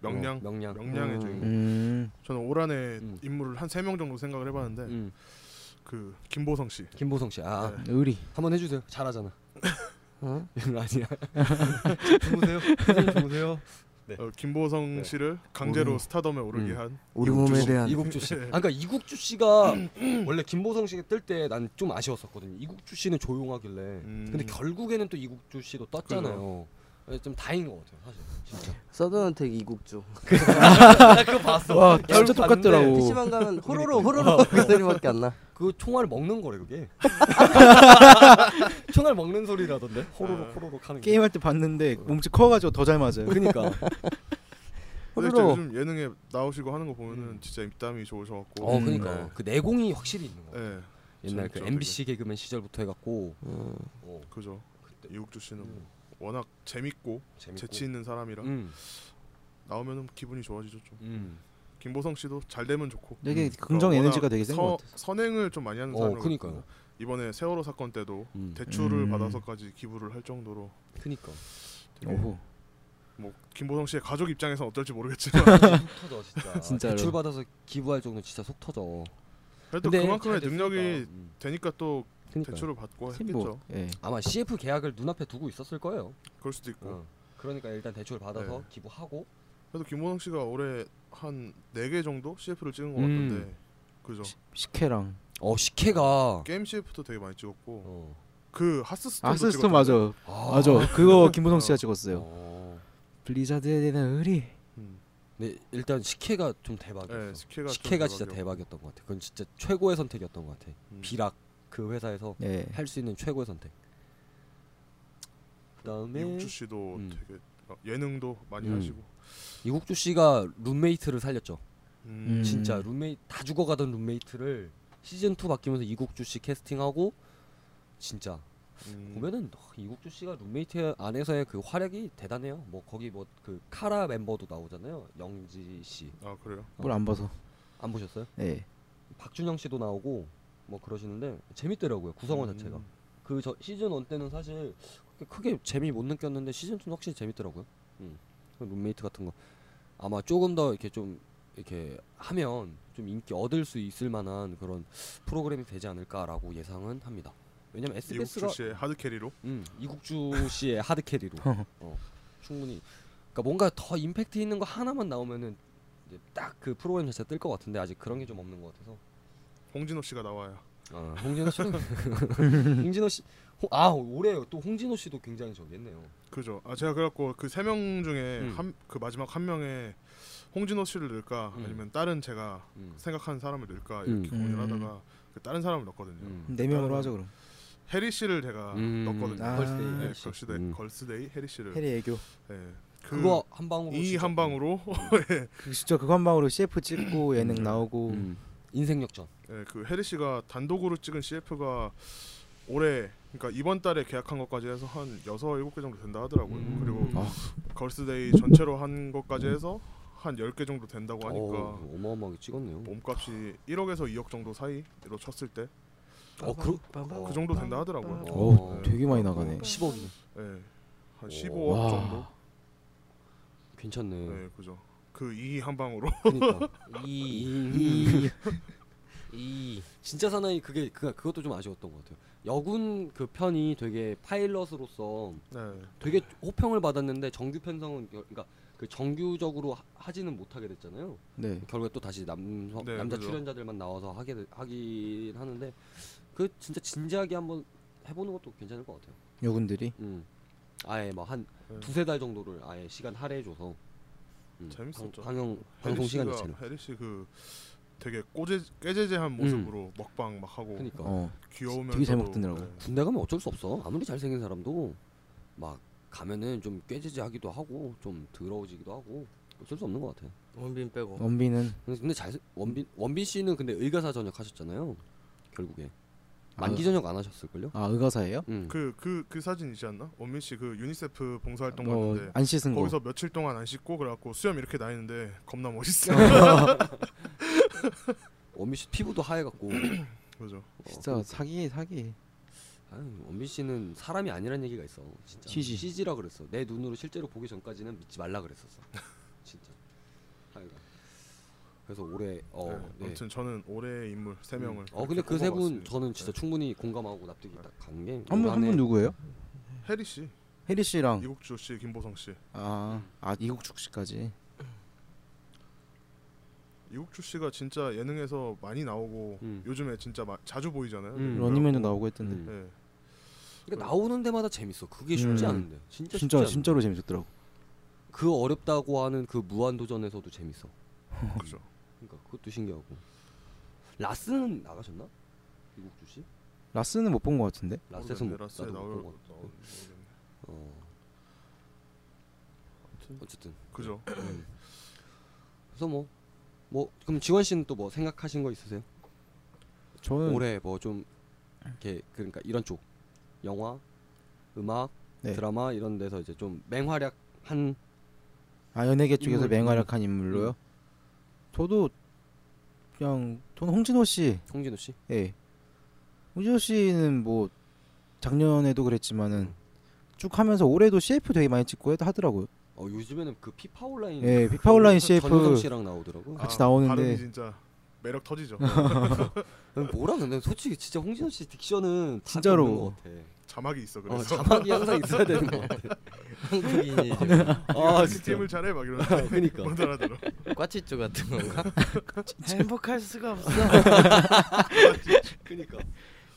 B: 명량
A: 어, 명량.
B: 명량의
C: 음.
B: 주인공.
D: 음.
B: 저는 올 한해
A: 음.
B: 인물을 한 세 명 정도 생각을 해봤는데
A: 음.
B: 그 김보성 씨
A: 김보성 씨. 아
B: 네.
D: 의리.
A: 한번 해주세요.
B: [LAUGHS]
A: 잘하잖아.
C: 어?
A: [LAUGHS] 아니야.
C: 주무세요 선생님 주무세요
B: 어, 김보성
A: 네.
B: 씨를 강제로
D: 오른-
B: 스타덤에 오르게
A: 음.
B: 한
D: 우리 몸에 대한
A: 이국주
B: [LAUGHS]
A: 씨.
B: 네.
A: 아, 그러니까 이국주 씨가 [CLEARS THROAT] 원래 김보성 씨가 뜰 때 난 좀 아쉬웠었거든요. 이국주 씨는 조용하길래.
B: 음.
A: 근데 결국에는 또 이국주 씨도 떴잖아요. 좀 다행인 것 같아요, 사실. 진짜.
C: 네. 서든어택 이국주
A: 그거 봤어.
D: 와, 진짜 똑같더라고.
C: 그 PC방 가면 호로로 호로로 그 소리밖에 안나
A: 그 총알 먹는 거래
B: [LAUGHS]
A: 그게. 총알 먹는 소리라던데.
B: 아.
A: 호로록 호로록 하는 게.
D: 게임할 때 봤는데 몸집 커가지고 더 잘 맞아요.
A: 그러니까.
D: 어,
B: 근데 진짜
C: 호로록.
B: 요즘 네, 예능에 나오시고 하는 거 보면은 진짜 입담이 좋으셔갖고
A: 어,
D: 음,
A: 그러니까
B: 네.
A: 그 내공이 확실히 있는 거.
B: 예
A: 옛날 그
B: 진짜
A: MBC 개그맨 시절부터 해갖고.
C: 음.
A: 어,
B: 그죠
A: 그때.
B: 이국주 씨는
A: 음,
B: 워낙 재밌고
A: 재밌고.
B: 재치 있는 사람이라
A: 음.
B: 나오면은 기분이 좋아지죠 좀
A: 음.
B: 김보성 씨도 잘 되면 좋고
D: 되게
A: 음.
D: 긍정
B: 그러니까
D: 에너지가
B: 워낙
D: 되게 센
B: 서-
D: 것 같아요.
B: 선행을 좀 많이 하는
A: 어,
B: 사람이라고
A: 그러니까요.
B: 했거든요. 이번에 세월호 사건 때도
A: 음.
B: 대출을
D: 음.
B: 받아서까지 기부를 할 정도로
A: 그니까.
B: 되게
D: 오호.
B: 뭐 김보성 씨의 가족 입장에서 어떨지 모르겠지만
A: 속 터져 [LAUGHS] 진짜.
D: 진짜로.
A: 대출 받아서 기부할 정도 는 진짜 속 터져. [LAUGHS]
B: 그래도
A: 근데
B: 그만큼의
A: 잘
B: 능력이
A: 됐으니까. 음.
B: 되니까 또
A: 그러니까요. 뭐
B: 대출을 받고
D: 팀보.
B: 뭐 했겠죠.
D: 예.
A: 아마 CF 계약을 눈앞에 두고 있었을 거예요.
B: 그럴 수도 있고.
A: 어. 그러니까 일단 대출 받아서
B: 네.
A: 기부하고
B: 그래도 김보성 씨가 올해 한 네 개 정도 CF를 찍은 것
A: 음.
B: 같던데. 그죠.
D: 식혜랑.
A: 어 식혜가
B: 게임 CF도 되게 많이 찍었고
A: 어.
B: 그 하스스톤도
D: 아스스톤
B: 찍었던데.
D: 맞아.
A: 아,
D: 맞아. 그거 김보성
B: 어.
D: 씨가 찍었어요.
A: 어.
D: 블리자드에 대한 의리.
B: 음.
A: 네, 일단 식혜가 좀 대박이었어.
B: 네, 식혜가 좀
A: 식혜가 진짜
B: 대박이었고.
A: 대박이었던 것 같아. 그건 진짜 최고의 선택이었던 것 같아.
B: 음.
A: 비락 그 회사에서
D: 예.
A: 할 수 있는 최고의 선택. 그다음에
B: 이국주 씨도
A: 음.
B: 되게 어, 예능도 많이
A: 음.
B: 하시고.
A: 이국주 씨가 룸메이트를 살렸죠.
B: 음.
D: 음.
A: 진짜 룸메이 다 죽어가던 룸메이트를 시즌 2 바뀌면서 이국주 씨 캐스팅하고 진짜
B: 음.
A: 보면은 어, 이국주 씨가 룸메이트 안에서의 그 활약이 대단해요. 뭐 거기 뭐 그 카라 멤버도 나오잖아요. 영지 씨 안
B: 아 그래요.
D: 뭘 안 봐서.
A: 보셨어요?
D: 예.
A: 박준영 씨도 나오고 뭐 그러시는데 재밌더라고요. 구성원
B: 음.
A: 자체가 그 저 시즌 1 때는 사실 그렇게 크게 재미 못 느꼈는데 시즌 2는 확실히 재밌더라고요. 음. 그 룸메이트 같은 거 아마 조금 더 이렇게 좀 이렇게 하면 좀 인기 얻을 수 있을 만한 그런 프로그램이 되지 않을까라고 예상은 합니다. 왜냐면 SBS가
B: 이국주 씨의 하드 캐리로.
A: [LAUGHS] 음, 이국주 씨의 하드캐리로 어, 충분히 그러니까 뭔가 더 임팩트 있는 거 하나만 나오면은 이제 딱 그 프로그램 자체가 뜰 것 같은데 아직 그런 게 좀 없는 것 같아서.
B: 홍진호 씨가 나와요.
A: 아, 홍진호 씨는 [LAUGHS] 홍진호 씨. 홍, 아 올해 또 홍진호 씨도 굉장히 저기 했네요.
B: 그죠. 아 제가 그래갖고 그 세 명 중에
A: 음.
B: 한, 그 마지막 한 명에 홍진호 씨를 넣을까
A: 음.
B: 아니면 다른 제가
A: 음.
B: 생각하는 사람을 넣을까
A: 음.
B: 이렇게 고민을
D: 음.
B: 하다가 그 다른 사람을 넣었거든요.
A: 음.
D: 네 명으로 하자 그럼.
B: 해리 씨를 제가
A: 음.
B: 넣었거든요.
D: 아.
A: 걸스데이,
B: 네,
A: 걸스.
B: 걸스데이,
A: 음.
B: 걸스데이 해리 씨를.
D: 해리 애교.
B: 네. 그
A: 그거 한 방으로
B: 이
A: 진짜-
B: 한 방으로
D: 그 진짜 그거 한 방으로 CF 찍고 예능
B: 음.
D: 나오고
A: 음. 인생 역전.
B: 네, 그 해리 씨가 단독으로 찍은 CF가 올해 그러니까 이번 달에 계약한 것까지 해서 한 여섯 일곱 개 정도 된다 하더라고요.
A: 음.
B: 그리고
A: 아.
B: 걸스데이 전체로 한 것까지 해서 한 10개 정도 된다고 하니까
A: 어우, 어마어마하게 찍었네요.
B: 몸값이 1억에서 2억 정도 사이로 쳤을 때 그
A: 어, 그-
C: 빰빰빰.
A: 어.
B: 정도 된다 하더라고요.
A: 어.
D: 어우 되게 많이 나가네.
A: 10억이
B: 네, 한
A: 오.
B: 15억
D: 와.
B: 정도.
A: 괜찮네.
B: 네, 그죠. 그 이
A: [LAUGHS]
B: 한 방으로 [LAUGHS]
A: 그러니까
C: 이. 이. 이.
A: 진짜 사나이 그게 그 그것도 좀 아쉬웠던 것 같아요. 여군 그 편이 되게 파일럿으로서
B: 네.
A: 되게 호평을 받았는데 정규 편성은 여- 그러니까 그 정규적으로 하- 하지는 못하게 됐잖아요.
D: 네.
A: 결국에 또 다시 남
B: 네,
A: 남자
B: 그죠.
A: 출연자들만 나와서 하게 되- 하긴 하는데 그 진짜 진지하게 한번 해보는 것도 괜찮을 것 같아요.
D: 여군들이
A: 음. 아예 막 한
B: 네.
A: 두세 달 정도를 아예 시간 할애해줘서 음,
B: 재밌었죠.
A: 방, 영
B: 해리
A: 방송 시간
B: 씨가-
A: 자체는
B: 해리 씨 그 되게 꼬재 깨재재한 모습으로 먹방 막 하고
A: 음. 그러니까
D: 어
B: 귀여우면서
D: 되게 잘 먹더라고요.
A: 군대 가면 어쩔 수 없어. 아무리 잘생긴 사람도 막 가면은 좀 꾀지지하기도 하고 좀 더러워지기도 하고 어쩔 수 없는 것 같아요.
C: 원빈 빼고.
D: 어. 원빈은
A: 근데- 근데 잘 원빈 원빈 씨는 근데 의가사 전역 하셨잖아요. 결국에 만기
D: 아.
A: 전역 안 하셨을걸요?
D: 아 의가사예요?
A: 음.
B: 그그 그 사진이지 않나? 원민 씨 그 유니세프 봉사활동
A: 뭐
D: 어,
B: 갔는데
D: 안 씻은 거.
B: 거기서 며칠 동안 안 씻고 그래갖고 수염 이렇게 나 있는데 겁나 멋있어.
A: 원빈 씨 피부도
B: [CLEARS THROAT]
A: 하얘갖고
B: [LAUGHS] 그죠.
A: 어,
D: 진짜 사기 사기.
A: 아유, 원빈 씨는 사람이 아니란 얘기가 있어. 진짜
D: CG.
A: CG라 그랬어. 내 눈으로 실제로 보기 전까지는 믿지 말라
B: [LAUGHS]
A: 그랬었어. 진짜. 하여간. 그래서 올해 어
B: 네,
A: 네.
B: 아무튼 저는 올해 인물 세 명을.
A: 어
B: 그렇게
A: 근데 그 세 분
B: 뽑아봤습니다. 네.
A: 저는 진짜 충분히 공감하고 납득이 딱 간 게.
D: 한 분 한 분 누구예요?
B: 해리 씨,
D: 해리
A: 어.
D: 씨랑
B: 이국주 씨, 김보성 씨.
D: 아, 아 이국축 씨까지.
B: 이국주 씨가 진짜 예능에서 많이 나오고
A: 음.
B: 요즘에 진짜 마, 자주 보이잖아요.
A: 음.
D: 런닝맨도 나오고 했던데.
A: 음.
B: 네.
A: 그러니까 나오는 데마다 재밌어. 그게 쉽지
D: 음.
A: 않은데. 진짜 쉽지
D: 진짜
A: 않아.
D: 진짜로 재밌었더라고.
A: 그 어렵다고 하는 그 무한 도전에서도 재밌어.
B: 그죠.
A: 그러니까 그것도 신기하고. 라스는 나가셨나? 이국주 씨?
D: 라스는 못 본 것 같은데.
A: 라스에서 못
B: 라스에
A: 나도
B: 나올
A: 못본 것.
B: 나올
A: 같아.
B: 모르겠네.
A: 어. 어쨌든.
B: 그죠.
A: 음. 그래서 뭐. 뭐 그럼 지원 씨는 또 뭐 생각하신 거 있으세요?
D: 저는
A: 올해 뭐 좀 이렇게 그러니까 이런 쪽 영화, 음악,
D: 네.
A: 드라마 이런 데서 이제 좀 맹활약한
D: 아 연예계 쪽에서
A: 인물. 음.
D: 맹활약한 인물로요. 저도 그냥 저는 홍진호 씨.
A: 홍진호 씨.
D: 예. 홍진호 씨는 뭐 작년에도 그랬지만은 쭉 하면서 올해도 CF 되게 많이 찍고 해도 하더라고요.
A: 어 요즘에는 그 피파 온라인
D: 예, 피파 온라인 그 CF
A: 전효성 씨랑 나오더라고.
D: 같이 나오는데.
B: 아, 발음이 진짜 매력 터지죠.
A: 어. 음, 뭐라 근데 솔직히 진짜 홍진호 씨 딕션은 답이
D: 진짜로.
A: 없는 것 같아.
B: 자막이 있어
A: 어,
B: 그래서.
A: 자막이 항상 있어야 되는 것 같아.
C: 한국인이
A: 아 진짜.
B: 팀을 잘해 막 이러는데
A: 아,
B: [LAUGHS]
A: 그니까.
B: 못 알아들어.
C: 꽈치쭈 같은 건가? 행복할 수가 없어. [LAUGHS]
A: 그니까.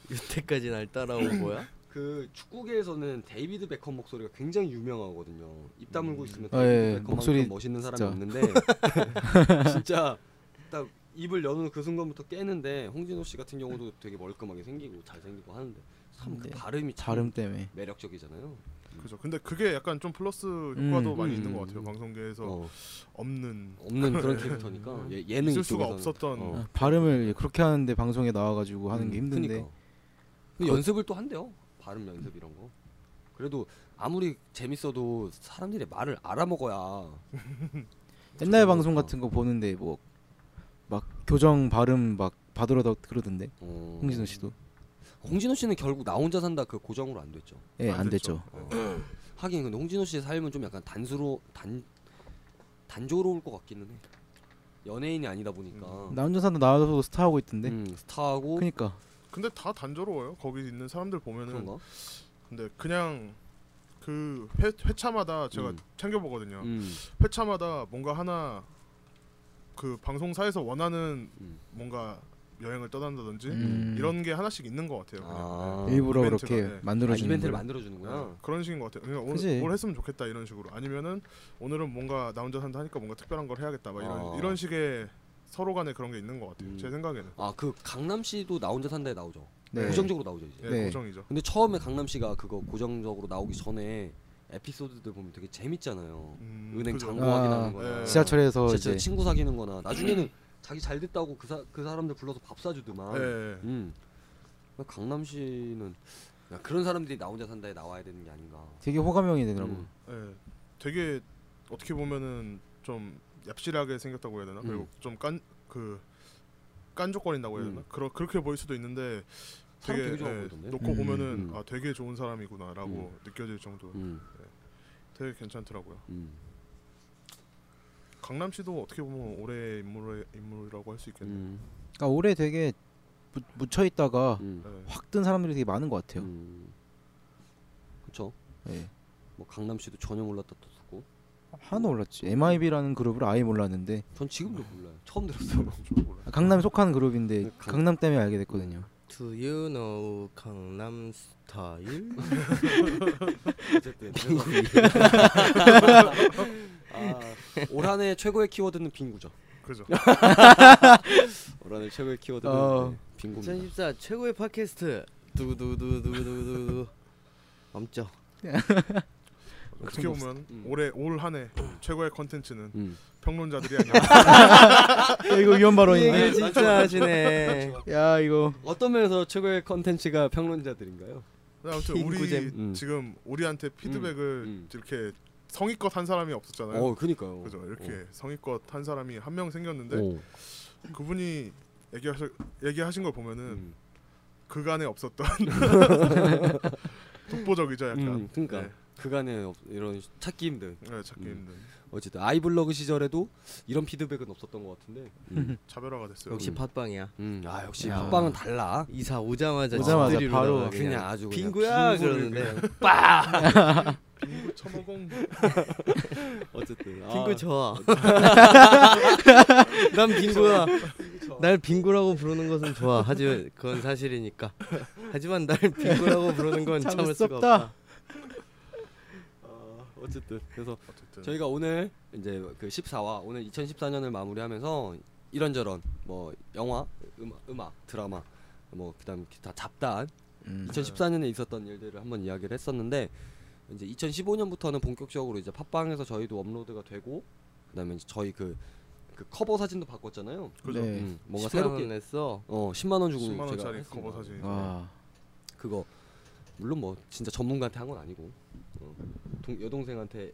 C: 이때까지 날 따라온 거야?
A: 그 축구계에서는 데이비드 베컴 목소리가 굉장히 유명하거든요. 입 다물고
B: 음.
A: 있으면
D: 아, 예,
A: 데이비드 베컴만큼
D: 목소리
A: 멋있는 사람이
D: 진짜.
A: 없는데
D: [LAUGHS]
A: 진짜 딱 입을 여는 그 순간부터 깨는데 홍진호 씨 같은 경우도 되게 멀끔하게 생기고 잘 생기고 하는데 참 그
D: 네.
A: 발음이 참
D: 발음 때문에.
A: 매력적이잖아요.
B: 그죠. 근데 그게 약간 좀 플러스 효과도
D: 음.
B: 많이
A: 음.
B: 있는 것 같아요. 방송계에서
A: 어,
B: 없는
A: 없는 그런
B: [LAUGHS]
A: 캐릭터니까 예, 예능
B: 있을 수가
A: 쪽에서는.
B: 없었던
A: 어.
D: 아, 발음을 그렇게 하는데 방송에 나와가지고 하는 게
A: 음,
D: 힘든데. 그
A: 그러니까. 근데 연습을 또 한대요. 발음 연습 이런 거. 그래도 아무리 재밌어도 사람들이 말을 알아먹어야
D: 옛날
A: 그러니까.
D: 방송 같은 거 보는데 뭐 막 교정 발음 막 받으러 다 그러던데
A: 어,
D: 홍진호 씨도
A: 홍진호 씨는 결국 나 혼자 산다 그 고정으로 안 됐죠.
D: 예
B: 안
D: 안
B: 됐죠.
D: 됐죠.
A: 어. 하긴 근데 홍진호 씨의 삶은 좀 약간 단수로 단 단조로울 것 같기는 해. 연예인이 아니다 보니까
D: 나 혼자 산다 나와서도 스타하고 있던데.
A: 어. 음, 스타하고
D: 네. 그러니까
B: 근데 다 단조로워요. 거기 있는 사람들 보면은
A: 그런가?
B: 근데 그냥 그 회, 회차마다 제가
A: 음.
B: 챙겨 보거든요.
A: 음.
B: 회차마다 뭔가 하나 그 방송사에서 원하는
A: 음.
B: 뭔가 여행을 떠난다든지
D: 음.
B: 이런 게 하나씩 있는 것 같아요. 그냥.
A: 아.
D: 일부러
B: 이벤트가,
D: 그렇게
B: 네.
A: 아,
D: 만들어주는
A: 이벤트를
D: 거를.
A: 만들어 주는구나.
B: 네, 그런 식인 것 같아요. 그냥
D: 그지.
B: 오늘 뭘 했으면 좋겠다 이런 식으로 아니면은 오늘은 뭔가 나 혼자 산다 하니까 뭔가 특별한 걸 해야겠다 막 이런
A: 아.
B: 이런 식의 서로 간에 그런 게 있는 것 같아요.
A: 음.
B: 제 생각에는
A: 아 그 강남 씨도 나 혼자 산다에 나오죠.
D: 네.
A: 고정적으로 나오죠 이제.
B: 예,
D: 네.
B: 고정이죠.
A: 근데 처음에 강남 씨가 그거 고정적으로 나오기 전에 에피소드들 보면 되게 재밌잖아요.
B: 음,
A: 은행
B: 그죠.
A: 잔고
D: 아,
A: 확인하는 거나
B: 네.
D: 지하철에서
A: 진짜
D: 어, 이제
A: 친구 사귀는 거나 나중에는 자기 잘 됐다고 그, 사, 그 사람들 불러서 밥 사주더만.
B: 예, 예.
A: 음. 강남 씨는 야, 그런 사람들이 나 혼자 산다에 나와야 되는 게 아닌가.
D: 되게 호감형이 되더라고.
A: 음.
B: 예. 되게 어떻게 보면은 좀 얍실하게 생겼다고 해야 되나?
A: 음.
B: 그리고 좀 깐 그 깐족거린다고 해야 되나?
A: 음.
B: 그러, 그렇게 보일 수도 있는데
A: 사람
B: 되게,
A: 되게 네, 좋아
B: 예,
A: 보이던데.
B: 놓고
D: 음,
B: 보면은
A: 음.
B: 아 되게 좋은 사람이구나라고 느껴질 정도.
A: 음.
B: 되게 괜찮더라고요.
A: 음.
B: 강남 씨도 어떻게 보면 올해 인물의 인물이라고 할 수 있겠네요.
A: 음.
D: 그러니까 올해 되게 무- 묻혀 있다가
A: 음.
B: 예.
D: 확 뜬 사람들이 되게 많은 것 아, 같아요.
A: 음. 그렇죠.
D: 예.
A: 뭐 강남 씨도 전혀 몰랐다 떴었고.
D: 하나 올랐지. MIB라는 그룹을 아예 몰랐는데 아,
A: 전 지금도 몰라요. 처음 [LAUGHS] 들었어요.
B: 저도 몰라요.
D: 강남에 속하는 그룹인데
A: 음. 강- 음.
D: 강남 때문에 알게 됐거든요.
C: Do you know 강남 스타일?
A: 아, 어쨌든 [LAUGHS] 아, 올한해 최고의 키워드는 빙구죠.
B: 예,
A: [LAUGHS]
B: 그죠.
A: 올한해 최고의 키워드는
D: 어.
A: 네, 빙구입니다.
C: 2014 최고의 팟캐스트 두두두두두두두 엄죠
B: 어떻게 보면
A: 음.
B: 올해 올 한해 최고의 컨텐츠는
A: 음.
B: 평론자들이 아니라
D: 이거 위험
C: 얘기 진짜
A: 음.
C: 하시네
D: 야 이거
A: 어떤 면에서 최고의 컨텐츠가 평론자들인가요?
B: 아무튼 우리
A: 음.
B: 지금 우리한테 피드백을
A: 음.
B: 이렇게 성의껏 한 사람이 없었잖아요.
A: 어, 그니까요.
B: 그죠. 이렇게 성의껏 한 사람이 한 명 생겼는데
A: 어.
B: 그분이 얘기하셔, 얘기하신 걸 보면은
A: 음. [LAUGHS]
B: 그간에 없었던 독보적이죠 약간.
A: 음, 그러니까
B: 네.
A: 그간에 없- 이런 찾기 힘든
B: 네, 찾기
A: 음.
B: 힘든
A: 어쨌든 아이블로그 시절에도 이런 피드백은 없었던 것 같은데. 음.
B: 차별화가 됐어요.
C: 역시 팟빵이야
A: 음, 아 역시
D: 야.
A: 팟빵은 달라.
C: 이사 오자마자
D: 오자마자
C: 집들이로
D: 바로
C: 나가,
A: 그냥 아주 그냥
C: 빙구야
A: 빙구를
C: 그러는데
B: 빙구 처먹은
A: 어쨌든 아,
C: [LAUGHS] 빙구 좋아 난 빙구야 날 빙구라고 부르는 것은 좋아 하지 그건 사실이니까 하지만 날 빙구라고 부르는 건 참을
D: 참을 수
C: 수가
D: 없다.
C: 없다
A: 어, 어쨌든 그래서
B: 어쨌든
A: 저희가 오늘 이제 그 14화 오늘 2014년을 마무리하면서 이런저런 뭐 영화, 음악, 음악 드라마 뭐 그다음 기타 잡단
D: 음.
A: 2014년에 있었던 일들을 한번 이야기를 했었는데 이제 2015년부터는 본격적으로 이제 팟빵에서 저희도 업로드가 되고 그다음에 이제 저희 그, 그 커버 사진도 바꿨잖아요.
B: 그죠.
D: 네.
A: 음, 뭔가
C: 10만 원
A: 새롭게
C: 냈어
A: 어 10만 아, 원 주고
B: 10만
A: 제가
B: 원짜리
A: 했습니다.
B: 커버 사진.
D: 와
A: 그거 물론 뭐 진짜 전문가한테 한 건 아니고 어, 동, 여동생한테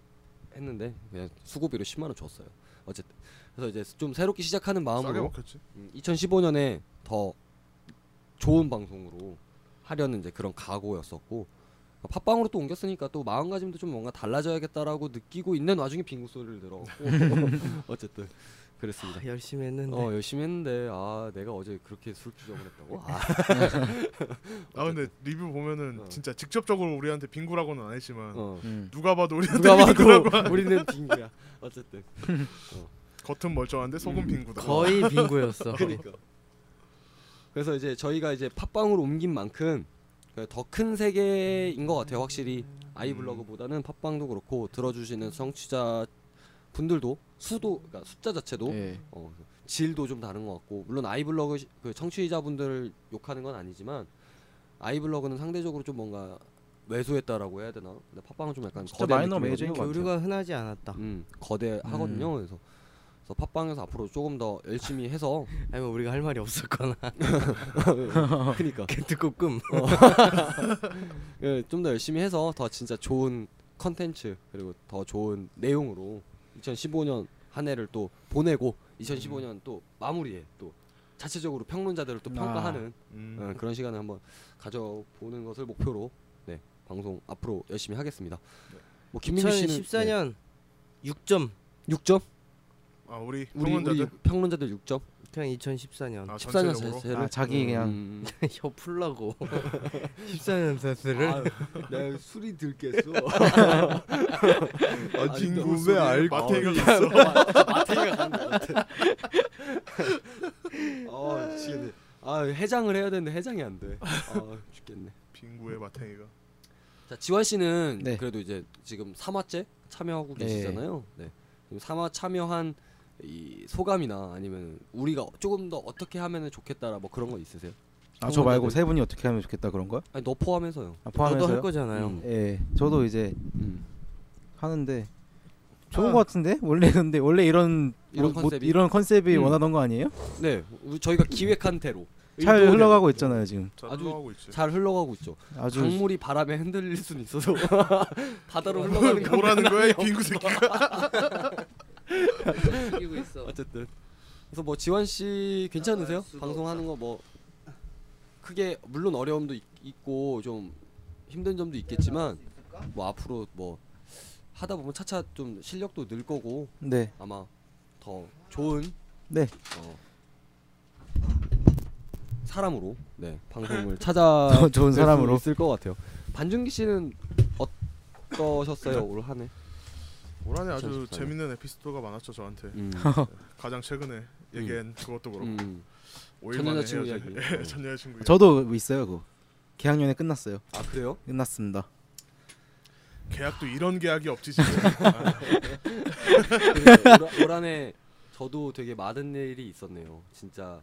A: 했는데 그냥 수고비로 10만 원 줬어요. 어쨌든 그래서 이제 좀 새롭게 시작하는
B: 싸게
A: 마음으로
B: 먹혔지.
A: 음, 2015년에 더 좋은 방송으로 하려는 이제 그런 각오였었고 어, 팟빵으로 또 옮겼으니까 또 마음가짐도 좀 뭔가 달라져야겠다라고 느끼고 있는 와중에 빙구 소리를 들었고 어쨌든 그랬습니다.
C: 아, 열심히 했는데
A: 어 열심히 했는데 아 내가 어제 그렇게 술주정을 했다고 아,
B: 아 근데 리뷰 보면은
A: 어.
B: 진짜 직접적으로 우리한테 빙구라고는 안 했지만
A: 어.
D: 음.
B: 누가 봐도 우리한테
A: 누가
B: 빙구라고
A: 봐도 [LAUGHS]
D: [LAUGHS]
A: 우리는 빙구야 어쨌든
B: 겉은 멀쩡한데 속은
A: 음.
B: 빙구다.
C: 거의 빙구였어
A: 그러니까.
D: 그러니까.
A: 그래서 이제 저희가 이제 팟빵으로 옮긴 만큼 그 더 큰 세계인 것 같아요 확실히 아이블로그보다는 팟빵도 그렇고 들어주시는 성취자 분들도 수도 그러니까 숫자 자체도
D: 예.
A: 어, 질도 좀 다른 것 같고 물론 아이블로그 시- 그 청취자분들을 욕하는 건 아니지만 아이블로그는 상대적으로 좀 뭔가 왜소했다라고 해야 되나 근데 팟빵은 좀 약간
D: 진짜
A: 거대한
D: 마이너
A: 느낌이거든요.
D: 메이저인 것 같아요.
C: 교류가 흔하지 않았다
A: 음,
B: 음.
A: 거대하거든요. 그래서 그래서 팟빵에서 앞으로 조금 더 열심히
B: [LAUGHS]
A: 해서
C: 아니면 우리가 할 말이 없었거나
B: 어,
A: 그러니까
C: 듣고 끔
A: 예, 좀 더 열심히 해서 더 진짜 좋은 컨텐츠 그리고 더 좋은 내용으로 2015년 한 해를 또 보내고 2015년 또 마무리에 또 자체적으로 평론자들을 또
D: 아.
A: 평가하는
B: 음.
A: 어, 그런 시간을 한번 가져보는 것을 목표로 네 방송 앞으로 열심히 하겠습니다.
B: 네.
A: 뭐 김민규 씨는 네,
C: 2014년 6점
A: 6점
B: 아 우리
A: 우리
B: 평론자들
A: 우리 평론자들 6점
C: 그냥 2014년
B: 아,
A: 14년
B: 전체적으로?
A: 세를
D: 아, 자기 그냥
A: 음.
C: 혀 [LAUGHS] 풀라고 14년 세스를
E: 아, 내가 술이
A: [LAUGHS]
E: 들겠어.
B: 아,
E: 진구
B: 소리를
E: 왜 알고
B: 마태가
E: 있어? [LAUGHS]
B: 갔어?
E: 마태가 간다.
A: 아 미치겠네. 아 해장을 해야 되는데 해장이 안 돼. 아 죽겠네.
B: 빙구의 마탱이가
A: 자 지환 씨는
D: 네.
A: 그래도 이제 지금 3화째 참여하고
D: 네.
A: 계시잖아요. 네. 지금 3화 참여한 이 소감이나 아니면 우리가 조금 더 어떻게 하면 좋겠다라 뭐 그런 거 있으세요?
D: 아, 저 말고 세 분이 어떻게 하면 좋겠다 그런 거야?
A: 아니 너 포함해서요.
D: 아,
C: 저도
D: 포함해서요?
C: 할 거잖아요.
A: 음.
D: 예, 저도 이제 하는데 좋은
B: 아.
D: 것 같은데 원래 근데 원래 이런
A: 이런
D: 뭐-
A: 컨셉이?
D: 이런 컨셉이
A: 음.
D: 원하던 거 아니에요?
A: 네, 우리 저희가 기획한 대로
D: 잘
A: 의도대로
D: 흘러가고 있잖아요 지금.
B: 잘
A: 아주
B: 흘러가고 뭐
A: [LAUGHS]
B: 있지.
A: 잘 흘러가고 있죠.
D: 아주
A: 강물이 바람에 흔들릴 수는 있어서 [LAUGHS] 바다로 흘러가는 건
B: 뭐라는 거야 이
A: [LAUGHS]
B: 빙구 새끼가?
C: 웃기고 있어.
A: 어쨌든 그래서 뭐 지환 씨 괜찮으세요?
C: 나갈 아, 수가
A: 방송하는 거 뭐 크게 물론 어려움도 있, 있고 좀 힘든 점도 있겠지만 뭐 앞으로 뭐 하다 보면 차차 좀 실력도 늘 거고
D: 네
A: 아마 더 좋은
D: 네.
A: 어, 사람으로 네
C: [LAUGHS]
A: 방송을 찾아
D: 더 좋은 사람으로.
A: 있을 것 같아요. 반준기 씨는 어떠셨어요 올
D: [LAUGHS]
A: 한해?
B: 올 한해 아주
A: 2014 년.
B: 재밌는 에피소드가 많았죠 저한테.
A: 음,
B: 가장 최근에 얘기한 그것도 그렇고
A: 음.
B: 5일
A: 전
B: 만에
A: 여자친구
B: 헤어진-
A: 이야기.
B: [LAUGHS] 예, 전 여자친구 이야기.
D: 저도 있어요 그거. 개학년에 끝났어요.
A: 아 [LAUGHS] 그래요?
D: 끝났습니다.
B: 계약도 이런 계약이
A: [LAUGHS]
B: 없지 진짜.
A: 올 한해 저도 되게 많은 일이 있었네요. 진짜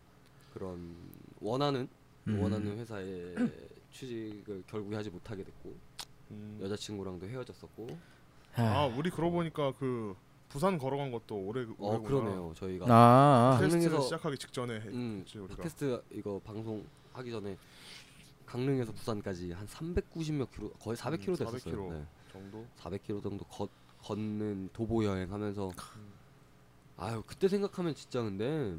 A: 그런 원하는
D: 음.
A: 원하는 회사에 [CLEARS THROAT] 취직을 결국에 하지 못하게 됐고
B: 음.
A: 여자친구랑도 헤어졌었고
B: 아
D: 아,
B: 우리 그러고 보니까 그 부산 걸어간 것도 올해
A: 어 그러네요 저희가
D: 아,
B: 테스트를
A: 강릉에서-
B: 시작하기 직전에
A: 음,
B: 했지 네, 우리가.
A: 팟캐스트 이거 방송 하기 전에 강릉에서 부산까지 한 390몇 킬로 거의 400킬로
B: 음, 400
A: 됐었어요.
B: 킬로.
A: 네.
B: 정도.
A: 400km 정도 걷, 걷는 도보 여행하면서 아유 그때 생각하면 진짜 근데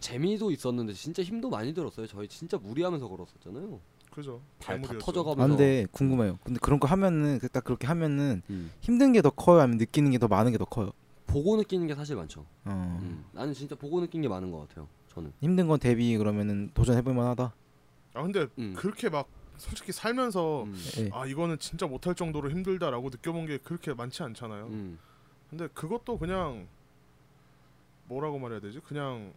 A: 재미도 있었는데 진짜 힘도 많이 들었어요. 저희 진짜 무리하면서 걸었었잖아요.
B: 그죠.
A: 발 다
B: 괴물이었죠.
A: 터져가면서.
D: 안돼 궁금해요. 근데 그런 거 하면은 그- 딱 그렇게 하면은
A: 음.
D: 힘든 게 더 커요, 아니면 느끼는 게 더 많은 게 더 커요.
A: 보고 느끼는 게 사실 많죠.
D: 어.
A: 음. 나는 진짜 보고 느낀 게 많은 것 같아요. 저는.
D: 힘든 건 대비 그러면은 도전해볼 만하다.
B: 아 근데
A: 음.
B: 그렇게 막 솔직히 살면서
A: 음.
D: 예.
B: 아 이거는 진짜 못할 정도로 힘들다라고 느껴본 게 그렇게 많지 않잖아요.
A: 음.
B: 근데 그것도 그냥 뭐라고 말해야 되지? 그냥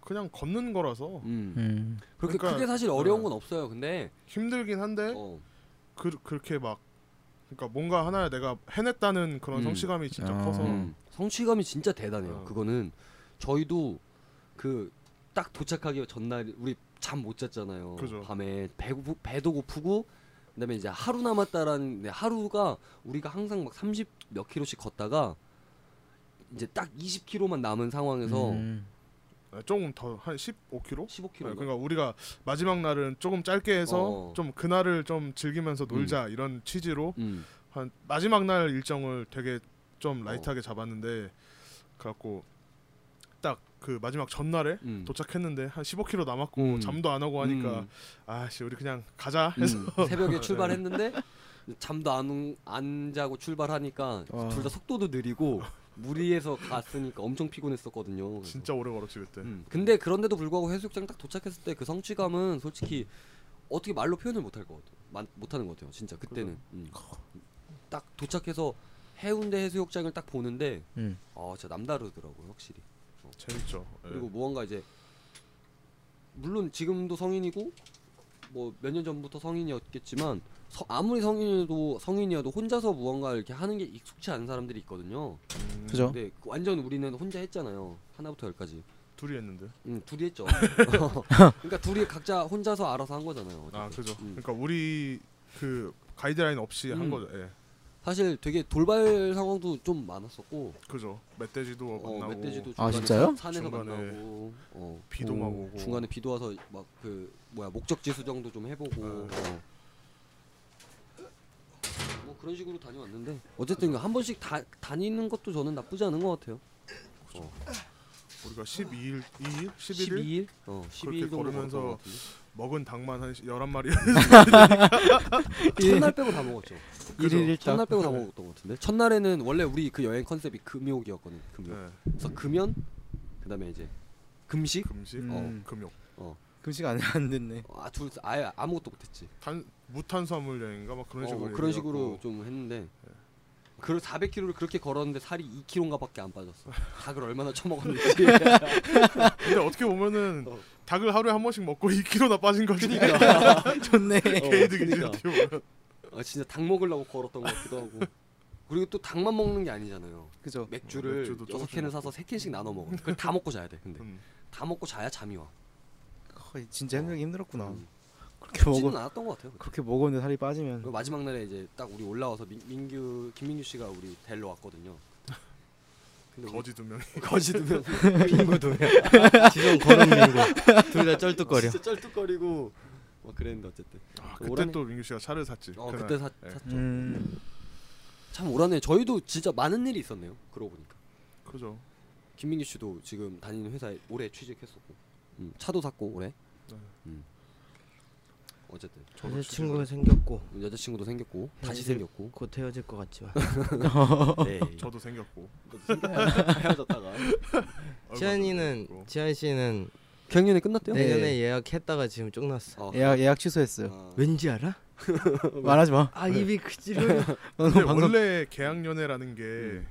B: 그냥 걷는 거라서
A: 음.
D: 음.
A: 그렇게
B: 어. 그러니까- 네?
A: 크게 사실 어려운 건 없어요. 근데
B: 힘들긴 한데
A: 어,
B: 그, 그렇게 막 그러니까 뭔가 하나 내가 해냈다는 그런
A: 음.
B: 성취감이 진짜
D: 아.
B: 커서
A: 음. 성취감이 진짜 대단해요.
B: 어.
A: 그거는 저희도 그 딱 도착하기 전날 우리 잠 못 잤잖아요.
B: 그죠.
A: 밤에 배고 배도 고프고 그다음에 이제 하루 남았다라는 근데 하루가 우리가 항상 막 30 몇 킬로씩 걷다가 이제 딱 20킬로만 남은 상황에서
D: 음.
B: 아, 조금 더 한 15kg?
A: 15킬로.
B: 그러니까 우리가 마지막 날은 조금 짧게 해서
A: 어.
B: 좀 그날을 좀 즐기면서 놀자 이런 취지로
A: 음.
B: 한 마지막 날 일정을 되게
A: 어.
B: 좀 라이트하게 잡았는데 그래갖고 딱 그 마지막 전날에
A: 음.
B: 도착했는데 한 15km 남았고
A: 음.
B: 잠도 안 오고 하니까
A: 음.
B: 아씨 우리 그냥 가자
A: 음.
B: 해서 네.
A: 새벽에 출발했는데 잠도 안, 오- 안 자고 출발하니까
D: 와.
B: 아.
A: 둘 다 속도도 느리고 무리해서 갔으니까 엄청 피곤했었거든요. 그래서
B: [LAUGHS] 진짜 오래 걸었지 그때
A: 음, 근데 그런데도 불구하고 해수욕장 딱 도착했을 때 그 성취감은 솔직히 어떻게 말로 표현을 못 할 것 같아요. 만- 못하는 것 같아요. 진짜 그때는 음. 딱 도착해서 해운대 해수욕장을 딱 보는데
D: 음.
A: 아 진짜 남다르더라고요 확실히.
B: 재밌죠 예.
A: 그리고 무언가 이제 물론 지금도 성인이고 뭐 몇 년 전부터 성인이었겠지만 서- 아무리 성인이어도 성인이어도 혼자서 무언가 이렇게 하는 게 익숙치 않은 사람들이 있거든요.
B: 음,
D: 그죠?
A: 근데 완전 우리는 혼자 했잖아요. 하나부터 열까지.
B: 둘이 했는데
A: 음, 둘이 했죠. 그러니까 둘이 각자 혼자서 알아서 한 거잖아요.
B: 아
A: 어쨌든.
B: 그죠
A: 음.
B: 그러니까 우리 그 가이드라인 없이
A: 음.
B: 한 거죠 예
A: 사실 되게 돌발 상황도 좀 많았었고
B: 그죠 멧돼지도
A: 어,
B: 만나고
A: 멧돼지도
D: 아,
A: 중간에
D: 진짜요?
A: 산에서
B: 중간에
A: 만나고 어,
B: 비도 막
D: 오,
B: 오고
A: 중간에 비도 와서 막 그 뭐야 목적지 수정도 좀 해보고
B: 어.
A: 어. 뭐 그런 식으로 다녀왔는데 어쨌든 한 번씩 다, 다니는 것도 저는 나쁘지 않은 것 같아요.
B: 어. 우리가 12일 2일 11일
A: 12일? 어, 12일 정도
B: 걸으면서
A: 걸었던 것
B: [LAUGHS]
A: 같은데.
B: 먹은 닭만 한 11마리
A: 음.
B: [LAUGHS]
A: 첫날 빼고 다 먹었죠.
D: 일일 일당.
A: 첫날 빼고 다
B: 네.
A: 먹었던 것 같은데. 첫날에는 원래 우리 그 여행 컨셉이 금욕이었거든. 금욕.
B: 예.
A: 그래서 금연 그다음에 이제 금식?
B: 금식,
D: 음.
B: 어, 금욕,
D: 금식 안, 그 안 됐네. [LAUGHS]
A: 아, 둘 아예 아무것도 못했지.
B: 탄 무탄수화물 여행인가 막 그런
A: 어,
B: 식으로
A: 뭐 그런
B: 얘기하고.
A: 식으로 좀 했는데 그 400kg를 그렇게 걸었는데 살이 2kg인가밖에 안 빠졌어. 닭을 얼마나 처먹었는지.
B: 근데 어떻게 보면은
A: 어.
B: 닭을 하루에 한 번씩 먹고 [LAUGHS] 2kg나 빠진 거지. [LAUGHS]
A: 그러니까.
D: 좋네.
A: 어,
B: 개이득이지
A: 그러니까.
B: 어떻게 보면.
A: 아, 진짜 닭 먹으려고 걸었던 것 같기도 하고. 그리고 또 닭만 먹는 게 아니잖아요.
D: 그죠.
A: 맥주를
B: 맥주도
A: 여섯
B: 조금씩
A: 캔을
B: 먹고.
A: 사서 세 캔씩 나눠 먹어. 그걸 다 먹고 자야 돼. 근데
B: 음.
A: 다 먹고 자야 잠이 와.
D: 거의 진짜 힘들기 힘들었구나.
A: 음.
D: 아, 그렇게
A: 쉽지는
D: 먹어
A: 않았던 것 같아요.
D: 그렇게 먹었는데 살이
A: 그
C: 어,
D: 빠지면
A: 마지막 날에 이제 딱 우리 올라와서 민, 민규 김민규 씨가 우리 데리러 왔거든요. 근데
B: 거지 두 명.
A: 거지 두면
C: 빙구 도야 지정 거는 빙구 둘 다
D: [LAUGHS]
C: 쩔뚝거려
A: 뭐 진짜 쩔뚝거리고 막 그랬는데 어쨌든.
B: 아, 그때
A: 오랜-
B: 또 민규 씨가 차를 샀지.
A: 어
B: 그날.
A: 그때 사,
B: 예.
A: 샀죠.
D: 음,
A: 참 오라네. 저희도 진짜 많은 일이 있었네요. 그러고 보니까
B: 그죠.
A: 김민규 씨도 지금 다니는 회사에 올해 취직했었고 음, 차도 샀고 올해.
B: 네.
A: 음. 어쨌든
B: 저도
C: 여자친구가
B: 취직을-
C: 생겼고
A: 여자친구도 생겼고 다시
C: 헤어질-
A: 생겼고.
C: 곧 헤어질 것 같지만
A: [LAUGHS]
D: [LAUGHS]
A: 네.
B: 저도 생겼고.
A: 헤어졌다가
B: 얼굴도
C: 지한이는
B: 생겼고.
C: 지한 씨는
A: 경연이 끝났대요.
D: 네.
C: 내년에 예약했다가 지금 쪽났어
A: 어.
D: 예약 예약 취소했어요.
A: 아,
C: 왠지 알아?
D: 말하지 마. [LAUGHS]
C: 아 입이 그지러워
D: 방금
B: 근데 원래 계약 연애라는 게
A: 음.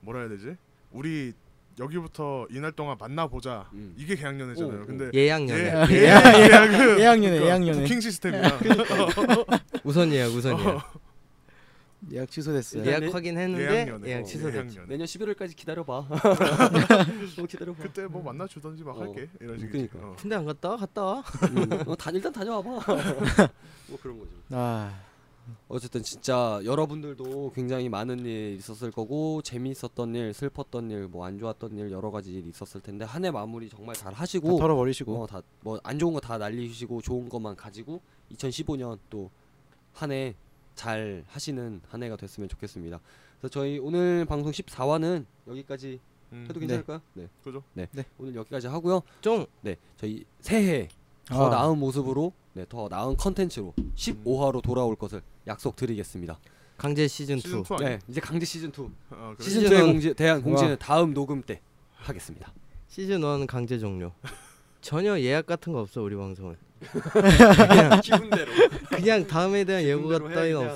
B: 뭐라 해야 되지? 우리 여기부터 이날 동안 만나보자.
A: 음.
B: 이게 계약 연애잖아요.
A: 오, 오.
B: 근데 예,
C: 예약 연애
D: [LAUGHS]
B: 예,
D: 예약,
B: 예약, 예약은
D: 예약 연애,
B: 그러니까
D: 예약 연애.
B: 부킹 시스템이야.
A: 그러니까.
C: 우선 예약 우선 예약
D: 예약 취소됐어요.
A: 예.
C: 예약 확인했는데
B: 예약 연애.
A: 어,
C: 예약 취소됐죠
B: 예약 연애.
A: 내년 11월까지
D: [LAUGHS]
A: 기다려봐. 뭐 기다려봐.
B: 그때 뭐 만나 주던지 막
A: 어.
B: 할게 이런 식이지.
A: 그러니까.
B: 어.
C: 근데 안 갔다 와? 갔다 와?
A: 음, 어, 다 일단
D: [LAUGHS]
A: 다녀와봐. 뭐 그런 거죠.
D: 아
A: 어쨌든 진짜 여러분들도 굉장히 많은 일 있었을 거고 재미있었던 일, 슬펐던 일, 뭐 안 좋았던 일 여러 가지 일 있었을 텐데 한 해 마무리 정말 잘 하시고
D: 털어버리시고
A: 뭐다뭐안 좋은 거 다 날리시고 좋은 것만 가지고 2015년 또 한 해 잘 하시는 한 해가 됐으면 좋겠습니다. 그래서 저희 오늘 방송 14화는 여기까지
B: 음.
A: 해도 괜찮을까요? 네.
B: 그죠?
A: 네.
D: 네.
A: 오늘 여기까지 하고요.
C: 쫑!
A: 네. 저희 새해 더
D: 아.
A: 나은 모습으로 네, 더 나은 컨텐츠로
D: 음.
A: 15화로 돌아올 것을 약속드리겠습니다.
C: 강제 시즌 2
B: 시즌 2 아니야?
A: 네, 이제 강제 시즌 2.
B: 아, 그래?
A: 시즌
C: 시즌
A: 2의
C: 원.
A: 공지, 대한
D: 와.
A: 공지는 다음 녹음 때 하겠습니다.
C: 시즌 1 강제 종료 전혀 예약 같은 거 없어 우리 방송은
A: 기분대로.
C: 그냥 다음에 대한 예고가
A: 기분대로 해야
C: 따위는
A: 그냥.